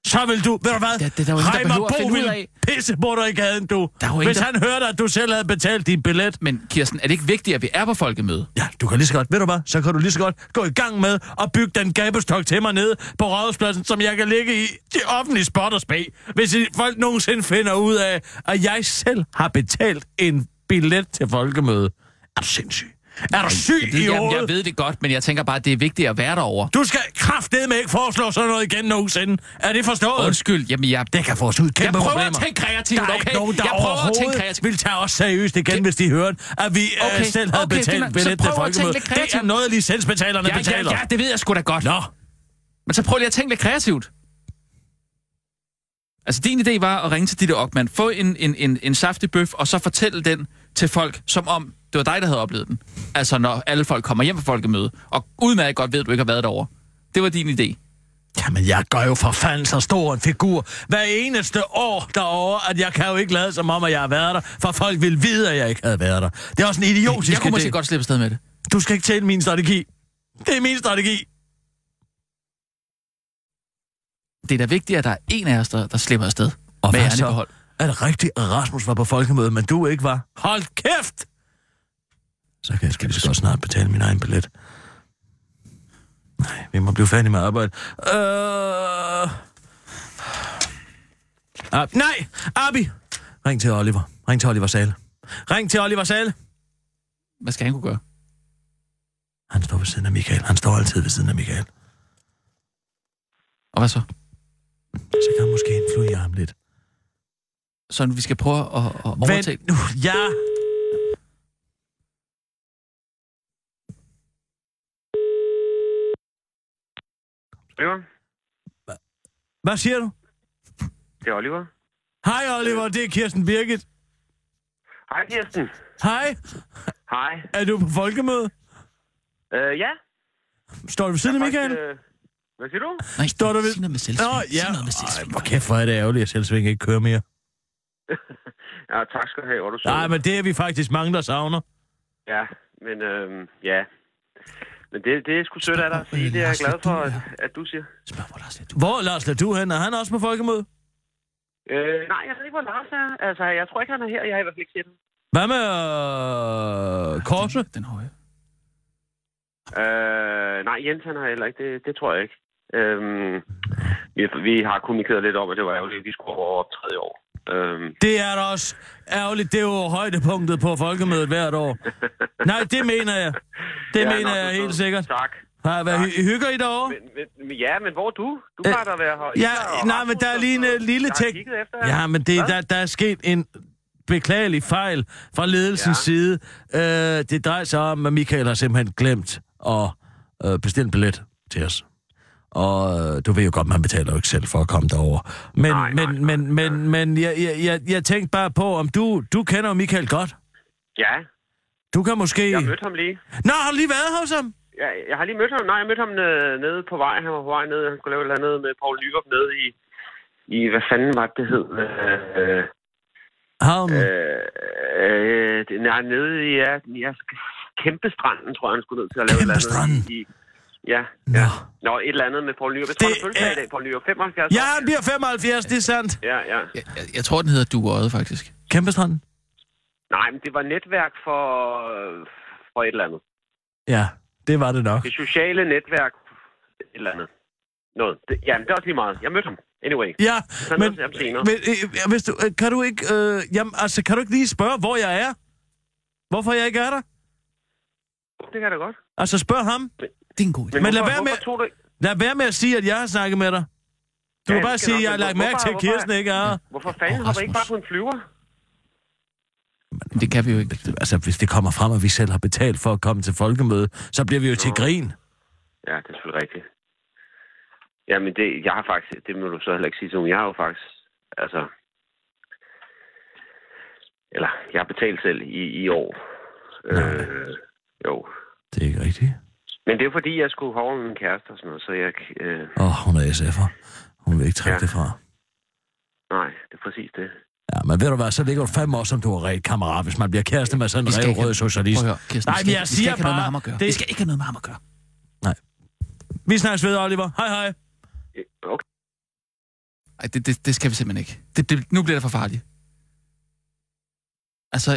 [SPEAKER 5] Så vil du, ved du hvad,
[SPEAKER 4] Det- det er der jo ingen, der
[SPEAKER 5] Reimer
[SPEAKER 4] behøver at
[SPEAKER 5] Bo
[SPEAKER 4] finde ud
[SPEAKER 5] ville
[SPEAKER 4] af.
[SPEAKER 5] pisse på dig i gaden, du.
[SPEAKER 4] Der er jo ingen,
[SPEAKER 5] hvis
[SPEAKER 4] der-
[SPEAKER 5] han hørte, at du selv havde betalt din billet.
[SPEAKER 4] Men Kirsten, er det ikke vigtigt, at vi er på folkemøde?
[SPEAKER 5] Ja, du kan lige så godt, ved du hvad, så kan du lige så godt gå i gang med at bygge den gabestok til mig nede på rådhuspladsen, som jeg kan ligge i til offentlig spot og spag, hvis I- folk nogensinde finder ud af, at jeg selv har betalt en billet til folkemøde. Er du sindssyg? Er du syg i
[SPEAKER 4] Det, jeg, jeg
[SPEAKER 5] hovedet?
[SPEAKER 4] ved det godt, men jeg tænker bare, at det er vigtigt at være derovre.
[SPEAKER 5] Du skal kraftedeme ikke foreslå sådan noget igen nogensinde. Er det forstået?
[SPEAKER 4] Undskyld, jamen jeg...
[SPEAKER 5] Det kan få os ud i
[SPEAKER 4] Jeg
[SPEAKER 5] kæmpe
[SPEAKER 4] prøver
[SPEAKER 5] problemer.
[SPEAKER 4] at tænke kreativt,
[SPEAKER 5] der er
[SPEAKER 4] okay?
[SPEAKER 5] ikke nogen, der
[SPEAKER 4] jeg prøver at tænke
[SPEAKER 5] overhovedet
[SPEAKER 4] kreativt.
[SPEAKER 5] vil tage os seriøst igen, hvis de hører, at vi okay. øh,
[SPEAKER 4] Okay,
[SPEAKER 5] selv havde
[SPEAKER 4] okay,
[SPEAKER 5] okay, betalt
[SPEAKER 4] fint nok. Så
[SPEAKER 5] billet til
[SPEAKER 4] prøv at tænke
[SPEAKER 5] folkemødet.
[SPEAKER 4] lidt
[SPEAKER 5] Det er
[SPEAKER 4] kreativt.
[SPEAKER 5] noget, licensbetalerne
[SPEAKER 4] Ja,
[SPEAKER 5] betaler.
[SPEAKER 4] ja, ja, det ved jeg sgu da godt.
[SPEAKER 5] Nå,
[SPEAKER 4] Men så prøv lige at tænke lidt kreativt. Altså, din idé var at ringe til Ditte Ockmann, få en, en, en, en saftig bøf, og så fortælle den til folk, som om det var dig, der havde oplevet den. Altså, når alle folk kommer hjem fra folkemøde, og udmærket godt ved, at du ikke har været derovre. Det var din idé.
[SPEAKER 5] Jamen, jeg gør jo for fanden så stor en figur. Hver eneste år derovre, at jeg kan jo ikke lade som om, at jeg har været der, for folk vil vide, at jeg ikke havde været der. Det er også en idiotisk
[SPEAKER 4] Jeg kunne
[SPEAKER 5] idé.
[SPEAKER 4] måske godt slippe afsted med det.
[SPEAKER 5] Du skal ikke tælle min strategi. Det er min strategi.
[SPEAKER 4] Det er da vigtigt, at der er en af os, der, der slipper afsted. med
[SPEAKER 5] Og hvad
[SPEAKER 4] æren i
[SPEAKER 5] så?
[SPEAKER 4] behold.
[SPEAKER 5] Er det rigtigt, at Rasmus var på folkemødet, men du ikke var? Hold kæft! Så kan jeg sgu lige så godt snart betale min egen billet. Nej, vi må blive færdige med arbejde. Øh... Ab- Nej, Abi! Ring til Oliver. Ring til Oliver Sale. Ring til Oliver Sale.
[SPEAKER 4] Hvad skal han kunne gøre?
[SPEAKER 5] Han står ved siden af Michael. Han står altid ved siden af Michael.
[SPEAKER 4] Og hvad så?
[SPEAKER 5] Så kan han måske influere ham lidt.
[SPEAKER 4] Så vi skal prøve at, at overtale.
[SPEAKER 5] Vent nu, ja!
[SPEAKER 7] Oliver?
[SPEAKER 5] Hvad siger du?
[SPEAKER 7] Det er Oliver.
[SPEAKER 5] Hej Oliver, det er Kirsten Birgit.
[SPEAKER 7] Hej, Kirsten.
[SPEAKER 5] Hej,
[SPEAKER 7] Hej.
[SPEAKER 5] er du på folkemøde?
[SPEAKER 7] Øh, ja.
[SPEAKER 5] Står du ved siden af Michael?
[SPEAKER 7] Øh, hvad siger du?
[SPEAKER 4] Nej,
[SPEAKER 5] Står du ved-
[SPEAKER 4] Sig noget med selvsving.
[SPEAKER 5] Nå, ja.
[SPEAKER 4] Sig noget med
[SPEAKER 5] Ej,
[SPEAKER 4] selvsving.
[SPEAKER 5] hvor kæft, hvor er det ærgerligt, at Selvsving ikke kører mere.
[SPEAKER 7] Ja, tak skal du have, hvor er du så.
[SPEAKER 5] Nej, men det er vi faktisk mange, der savner.
[SPEAKER 7] Ja, men øhm, ja. Men det, det er sgu sødt af dig at sige, det er jeg glad for, at, at du siger.
[SPEAKER 4] Spørg, hvor Lars Leth-
[SPEAKER 5] Hvor Lars Ladu hen? Er han også på folkemøde?
[SPEAKER 7] Øh, nej, jeg ved ikke, hvor Lars er. Altså, jeg tror ikke, han er her. Jeg har i hvert fald ikke set ham.
[SPEAKER 5] Hvad med øh, Korse?
[SPEAKER 4] Den, den høje.
[SPEAKER 7] Øh, nej, Jens han har heller ikke. Det, det tror jeg ikke. Øhm, vi, vi har kommunikeret lidt om, at det var ærgerligt, at vi skulle over optræde i år. Øhm,
[SPEAKER 5] Det er da også ærgerligt. Det er jo højdepunktet på folkemødet hvert år. Nej, det mener jeg.
[SPEAKER 7] *laughs*
[SPEAKER 5] Det ja, mener
[SPEAKER 7] nå,
[SPEAKER 5] jeg
[SPEAKER 7] du-
[SPEAKER 5] helt
[SPEAKER 7] du-
[SPEAKER 5] sikkert.
[SPEAKER 7] Tak.
[SPEAKER 5] Har, hvad, hy- hygger I derovre?
[SPEAKER 7] Men, men, men, ja, men hvor er du? Du plejer da at være her.
[SPEAKER 5] Øh, Ja, nej, men der er lige en øh, lille
[SPEAKER 7] Jeg har
[SPEAKER 5] ting.
[SPEAKER 7] kigget efter jer.
[SPEAKER 5] Ja, men det,
[SPEAKER 7] Hvad?
[SPEAKER 5] der, der er sket en beklagelig fejl fra ledelsens ja.
[SPEAKER 7] Ja.
[SPEAKER 5] side. Øh, det drejer sig om, at Michael har simpelthen glemt at øh, bestille en billet til os. Og øh, du ved jo godt, man betaler jo ikke selv for at komme derover. Men,
[SPEAKER 7] Nej, nej,
[SPEAKER 5] men, men, men, men jeg, jeg, jeg, jeg tænkte bare på, om du, du kender jo Michael godt.
[SPEAKER 7] Ja,
[SPEAKER 5] Du kan måske...
[SPEAKER 7] jeg mødte ham lige.
[SPEAKER 5] Nå, har du lige været hos ham?
[SPEAKER 7] Jeg, jeg har lige mødt ham. Nej, jeg mødte ham nede, nede på vej. Han var på vej ned. Han skulle lave et eller andet med Paul Nyrup nede i... I, hvad fanden var det, det hed? Øh, øh,
[SPEAKER 5] Havnen? Øh.
[SPEAKER 7] øh, øh, det- nej, nede i ja, ja, kæmpe stranden, tror jeg, han skulle ned til at lave et eller
[SPEAKER 5] Kæmpestranden?
[SPEAKER 7] andet. I, ja,
[SPEAKER 5] Nå.
[SPEAKER 7] nå, et eller andet med Paul Nyrup. Jeg tror,
[SPEAKER 5] Det
[SPEAKER 7] det, han er... i
[SPEAKER 5] er-
[SPEAKER 7] dag. Paul Nyrup 75.
[SPEAKER 5] Ja, han bliver 75, det er sandt.
[SPEAKER 7] Ja, ja.
[SPEAKER 4] Jeg, jeg, jeg tror, den hedder Dueøjet, faktisk.
[SPEAKER 5] Kæmpestranden?
[SPEAKER 7] Nej, men det var netværk for, øh, for et eller andet.
[SPEAKER 5] Ja, det var det nok.
[SPEAKER 7] Det sociale netværk, et eller andet. Noget. Det, jamen, det er også lige meget. Jeg mødte ham. Anyway.
[SPEAKER 5] Ja,
[SPEAKER 7] Sådan
[SPEAKER 5] men,
[SPEAKER 7] noget til ham senere.
[SPEAKER 5] men øh, hvis du, øh, kan, du ikke, øh, jamen, altså, kan du ikke lige spørge, hvor jeg er? Hvorfor jeg ikke er der?
[SPEAKER 7] Det kan jeg da godt.
[SPEAKER 5] Altså, spørg ham.
[SPEAKER 4] Det er en god idé.
[SPEAKER 5] Men lad
[SPEAKER 7] hvorfor-
[SPEAKER 5] være med-
[SPEAKER 7] hvorfor tog du-
[SPEAKER 5] Lad være med at sige, at jeg har snakket med dig. Du
[SPEAKER 7] Ja,
[SPEAKER 5] kan
[SPEAKER 7] det
[SPEAKER 5] bare
[SPEAKER 7] skal
[SPEAKER 5] sige,
[SPEAKER 7] nok,
[SPEAKER 5] at jeg har
[SPEAKER 7] men
[SPEAKER 5] lagt
[SPEAKER 7] hvorfor-
[SPEAKER 5] mærke til, at
[SPEAKER 7] hvorfor er-
[SPEAKER 5] Kirsten ikke er her.
[SPEAKER 7] Hvorfor fanden
[SPEAKER 4] Og
[SPEAKER 7] hopper I ikke bare
[SPEAKER 4] Rasmus.
[SPEAKER 7] på en flyver?
[SPEAKER 4] Men det kan vi jo ikke.
[SPEAKER 5] Altså, hvis det kommer frem, at vi selv har betalt for at komme til folkemøde, så bliver vi jo til grin.
[SPEAKER 7] Ja, det er selvfølgelig rigtigt. Jamen, det, jeg har faktisk... Det må du så heller ikke sige til nogen. Jeg har jo faktisk... Altså... Eller, jeg har betalt selv i, i år. Øh, jo.
[SPEAKER 5] Det er ikke rigtigt.
[SPEAKER 7] Men det er jo fordi, jeg skulle herover med min kæreste og sådan noget, så jeg... k- Øh,
[SPEAKER 5] Åh, oh, hun er SF'er. Hun vil ikke trække ja.
[SPEAKER 7] Ja.
[SPEAKER 5] det fra.
[SPEAKER 7] nej, det er præcis det.
[SPEAKER 5] Ja, men ved du hvad, så ligger du fem år, som du har ret, kammerat, hvis man bliver kæreste med sådan
[SPEAKER 4] Vi
[SPEAKER 5] en
[SPEAKER 4] skal ikke-
[SPEAKER 5] rev rød socialist.
[SPEAKER 4] Prøv at høre, Kirsten. vi
[SPEAKER 5] Nej, men
[SPEAKER 4] skal,
[SPEAKER 5] jeg
[SPEAKER 4] vi skal
[SPEAKER 5] siger
[SPEAKER 4] ikke have noget med
[SPEAKER 5] bare,
[SPEAKER 4] ham at gøre.
[SPEAKER 5] det-
[SPEAKER 4] Det... Vi skal ikke have noget med ham at gøre.
[SPEAKER 5] Vi snakkes ved, Oliver. Hej, hej.
[SPEAKER 7] Øh, Okay.
[SPEAKER 4] Ej, det, det, det skal vi simpelthen ikke. Det, det, nu bliver det for farligt. Altså,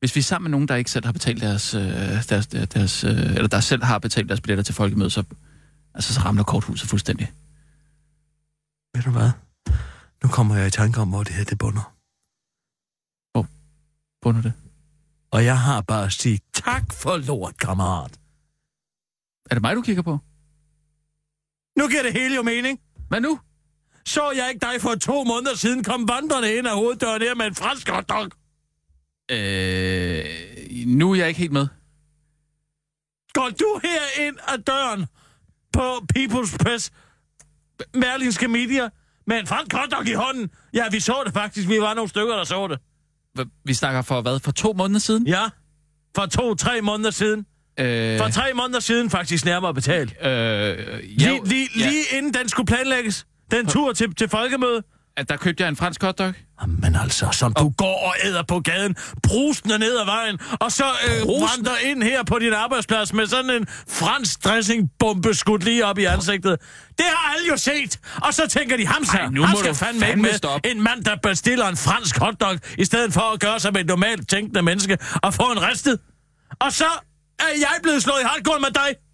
[SPEAKER 4] hvis vi er sammen med nogen, der ikke selv har betalt deres, øh, deres, deres øh, eller der selv har betalt deres billetter til folkemødet, så, altså, så ramler korthuset fuldstændig.
[SPEAKER 5] Ved du hvad? Nu kommer jeg i tanke om, hvor det her det bunder.
[SPEAKER 4] Bunder det?
[SPEAKER 5] Og jeg har bare at sige tak for lort, kammerat.
[SPEAKER 4] Er det mig, du kigger på?
[SPEAKER 5] Nu giver det hele jo mening.
[SPEAKER 4] Hvad nu?
[SPEAKER 5] Så jeg ikke dig for to måneder siden kom vandrende ind af hoveddøren her med en fransk hotdog.
[SPEAKER 4] Øh, nu er jeg ikke helt med.
[SPEAKER 5] Går du her ind ad døren på People's Press, Merlinske Media, med en fransk hotdog i hånden? Ja, vi så det faktisk. Vi var nogle stykker, der så det.
[SPEAKER 4] Hva- Vi snakker for hvad? For to måneder siden?
[SPEAKER 5] Ja, for to-tre måneder siden.
[SPEAKER 2] Øh,
[SPEAKER 5] For tre måneder siden faktisk nærmere betalt.
[SPEAKER 2] øh,
[SPEAKER 5] Lige,
[SPEAKER 2] jeg,
[SPEAKER 5] lige,
[SPEAKER 2] ja,
[SPEAKER 5] lige inden den skulle planlægges. Den tur til, til folkemøde.
[SPEAKER 2] at der købte jeg en fransk hotdog.
[SPEAKER 5] Men altså, som du går og æder på gaden, brusende ned ad vejen, og så øh, vandrer ind her på din arbejdsplads med sådan en fransk dressingbombe skudt lige op i ansigtet. Det har alle jo set! Og så tænker de, ham
[SPEAKER 4] Ej,
[SPEAKER 5] her,
[SPEAKER 4] nu
[SPEAKER 5] han
[SPEAKER 4] må
[SPEAKER 5] skal
[SPEAKER 4] du
[SPEAKER 5] fandme, ikke
[SPEAKER 4] fandme
[SPEAKER 5] med
[SPEAKER 4] stoppe."
[SPEAKER 5] en mand, der bestiller en fransk hotdog, i stedet for at gøre sig med et normalt tænkende menneske og få en ristet. Og så er jeg blevet slået i hardcore med dig.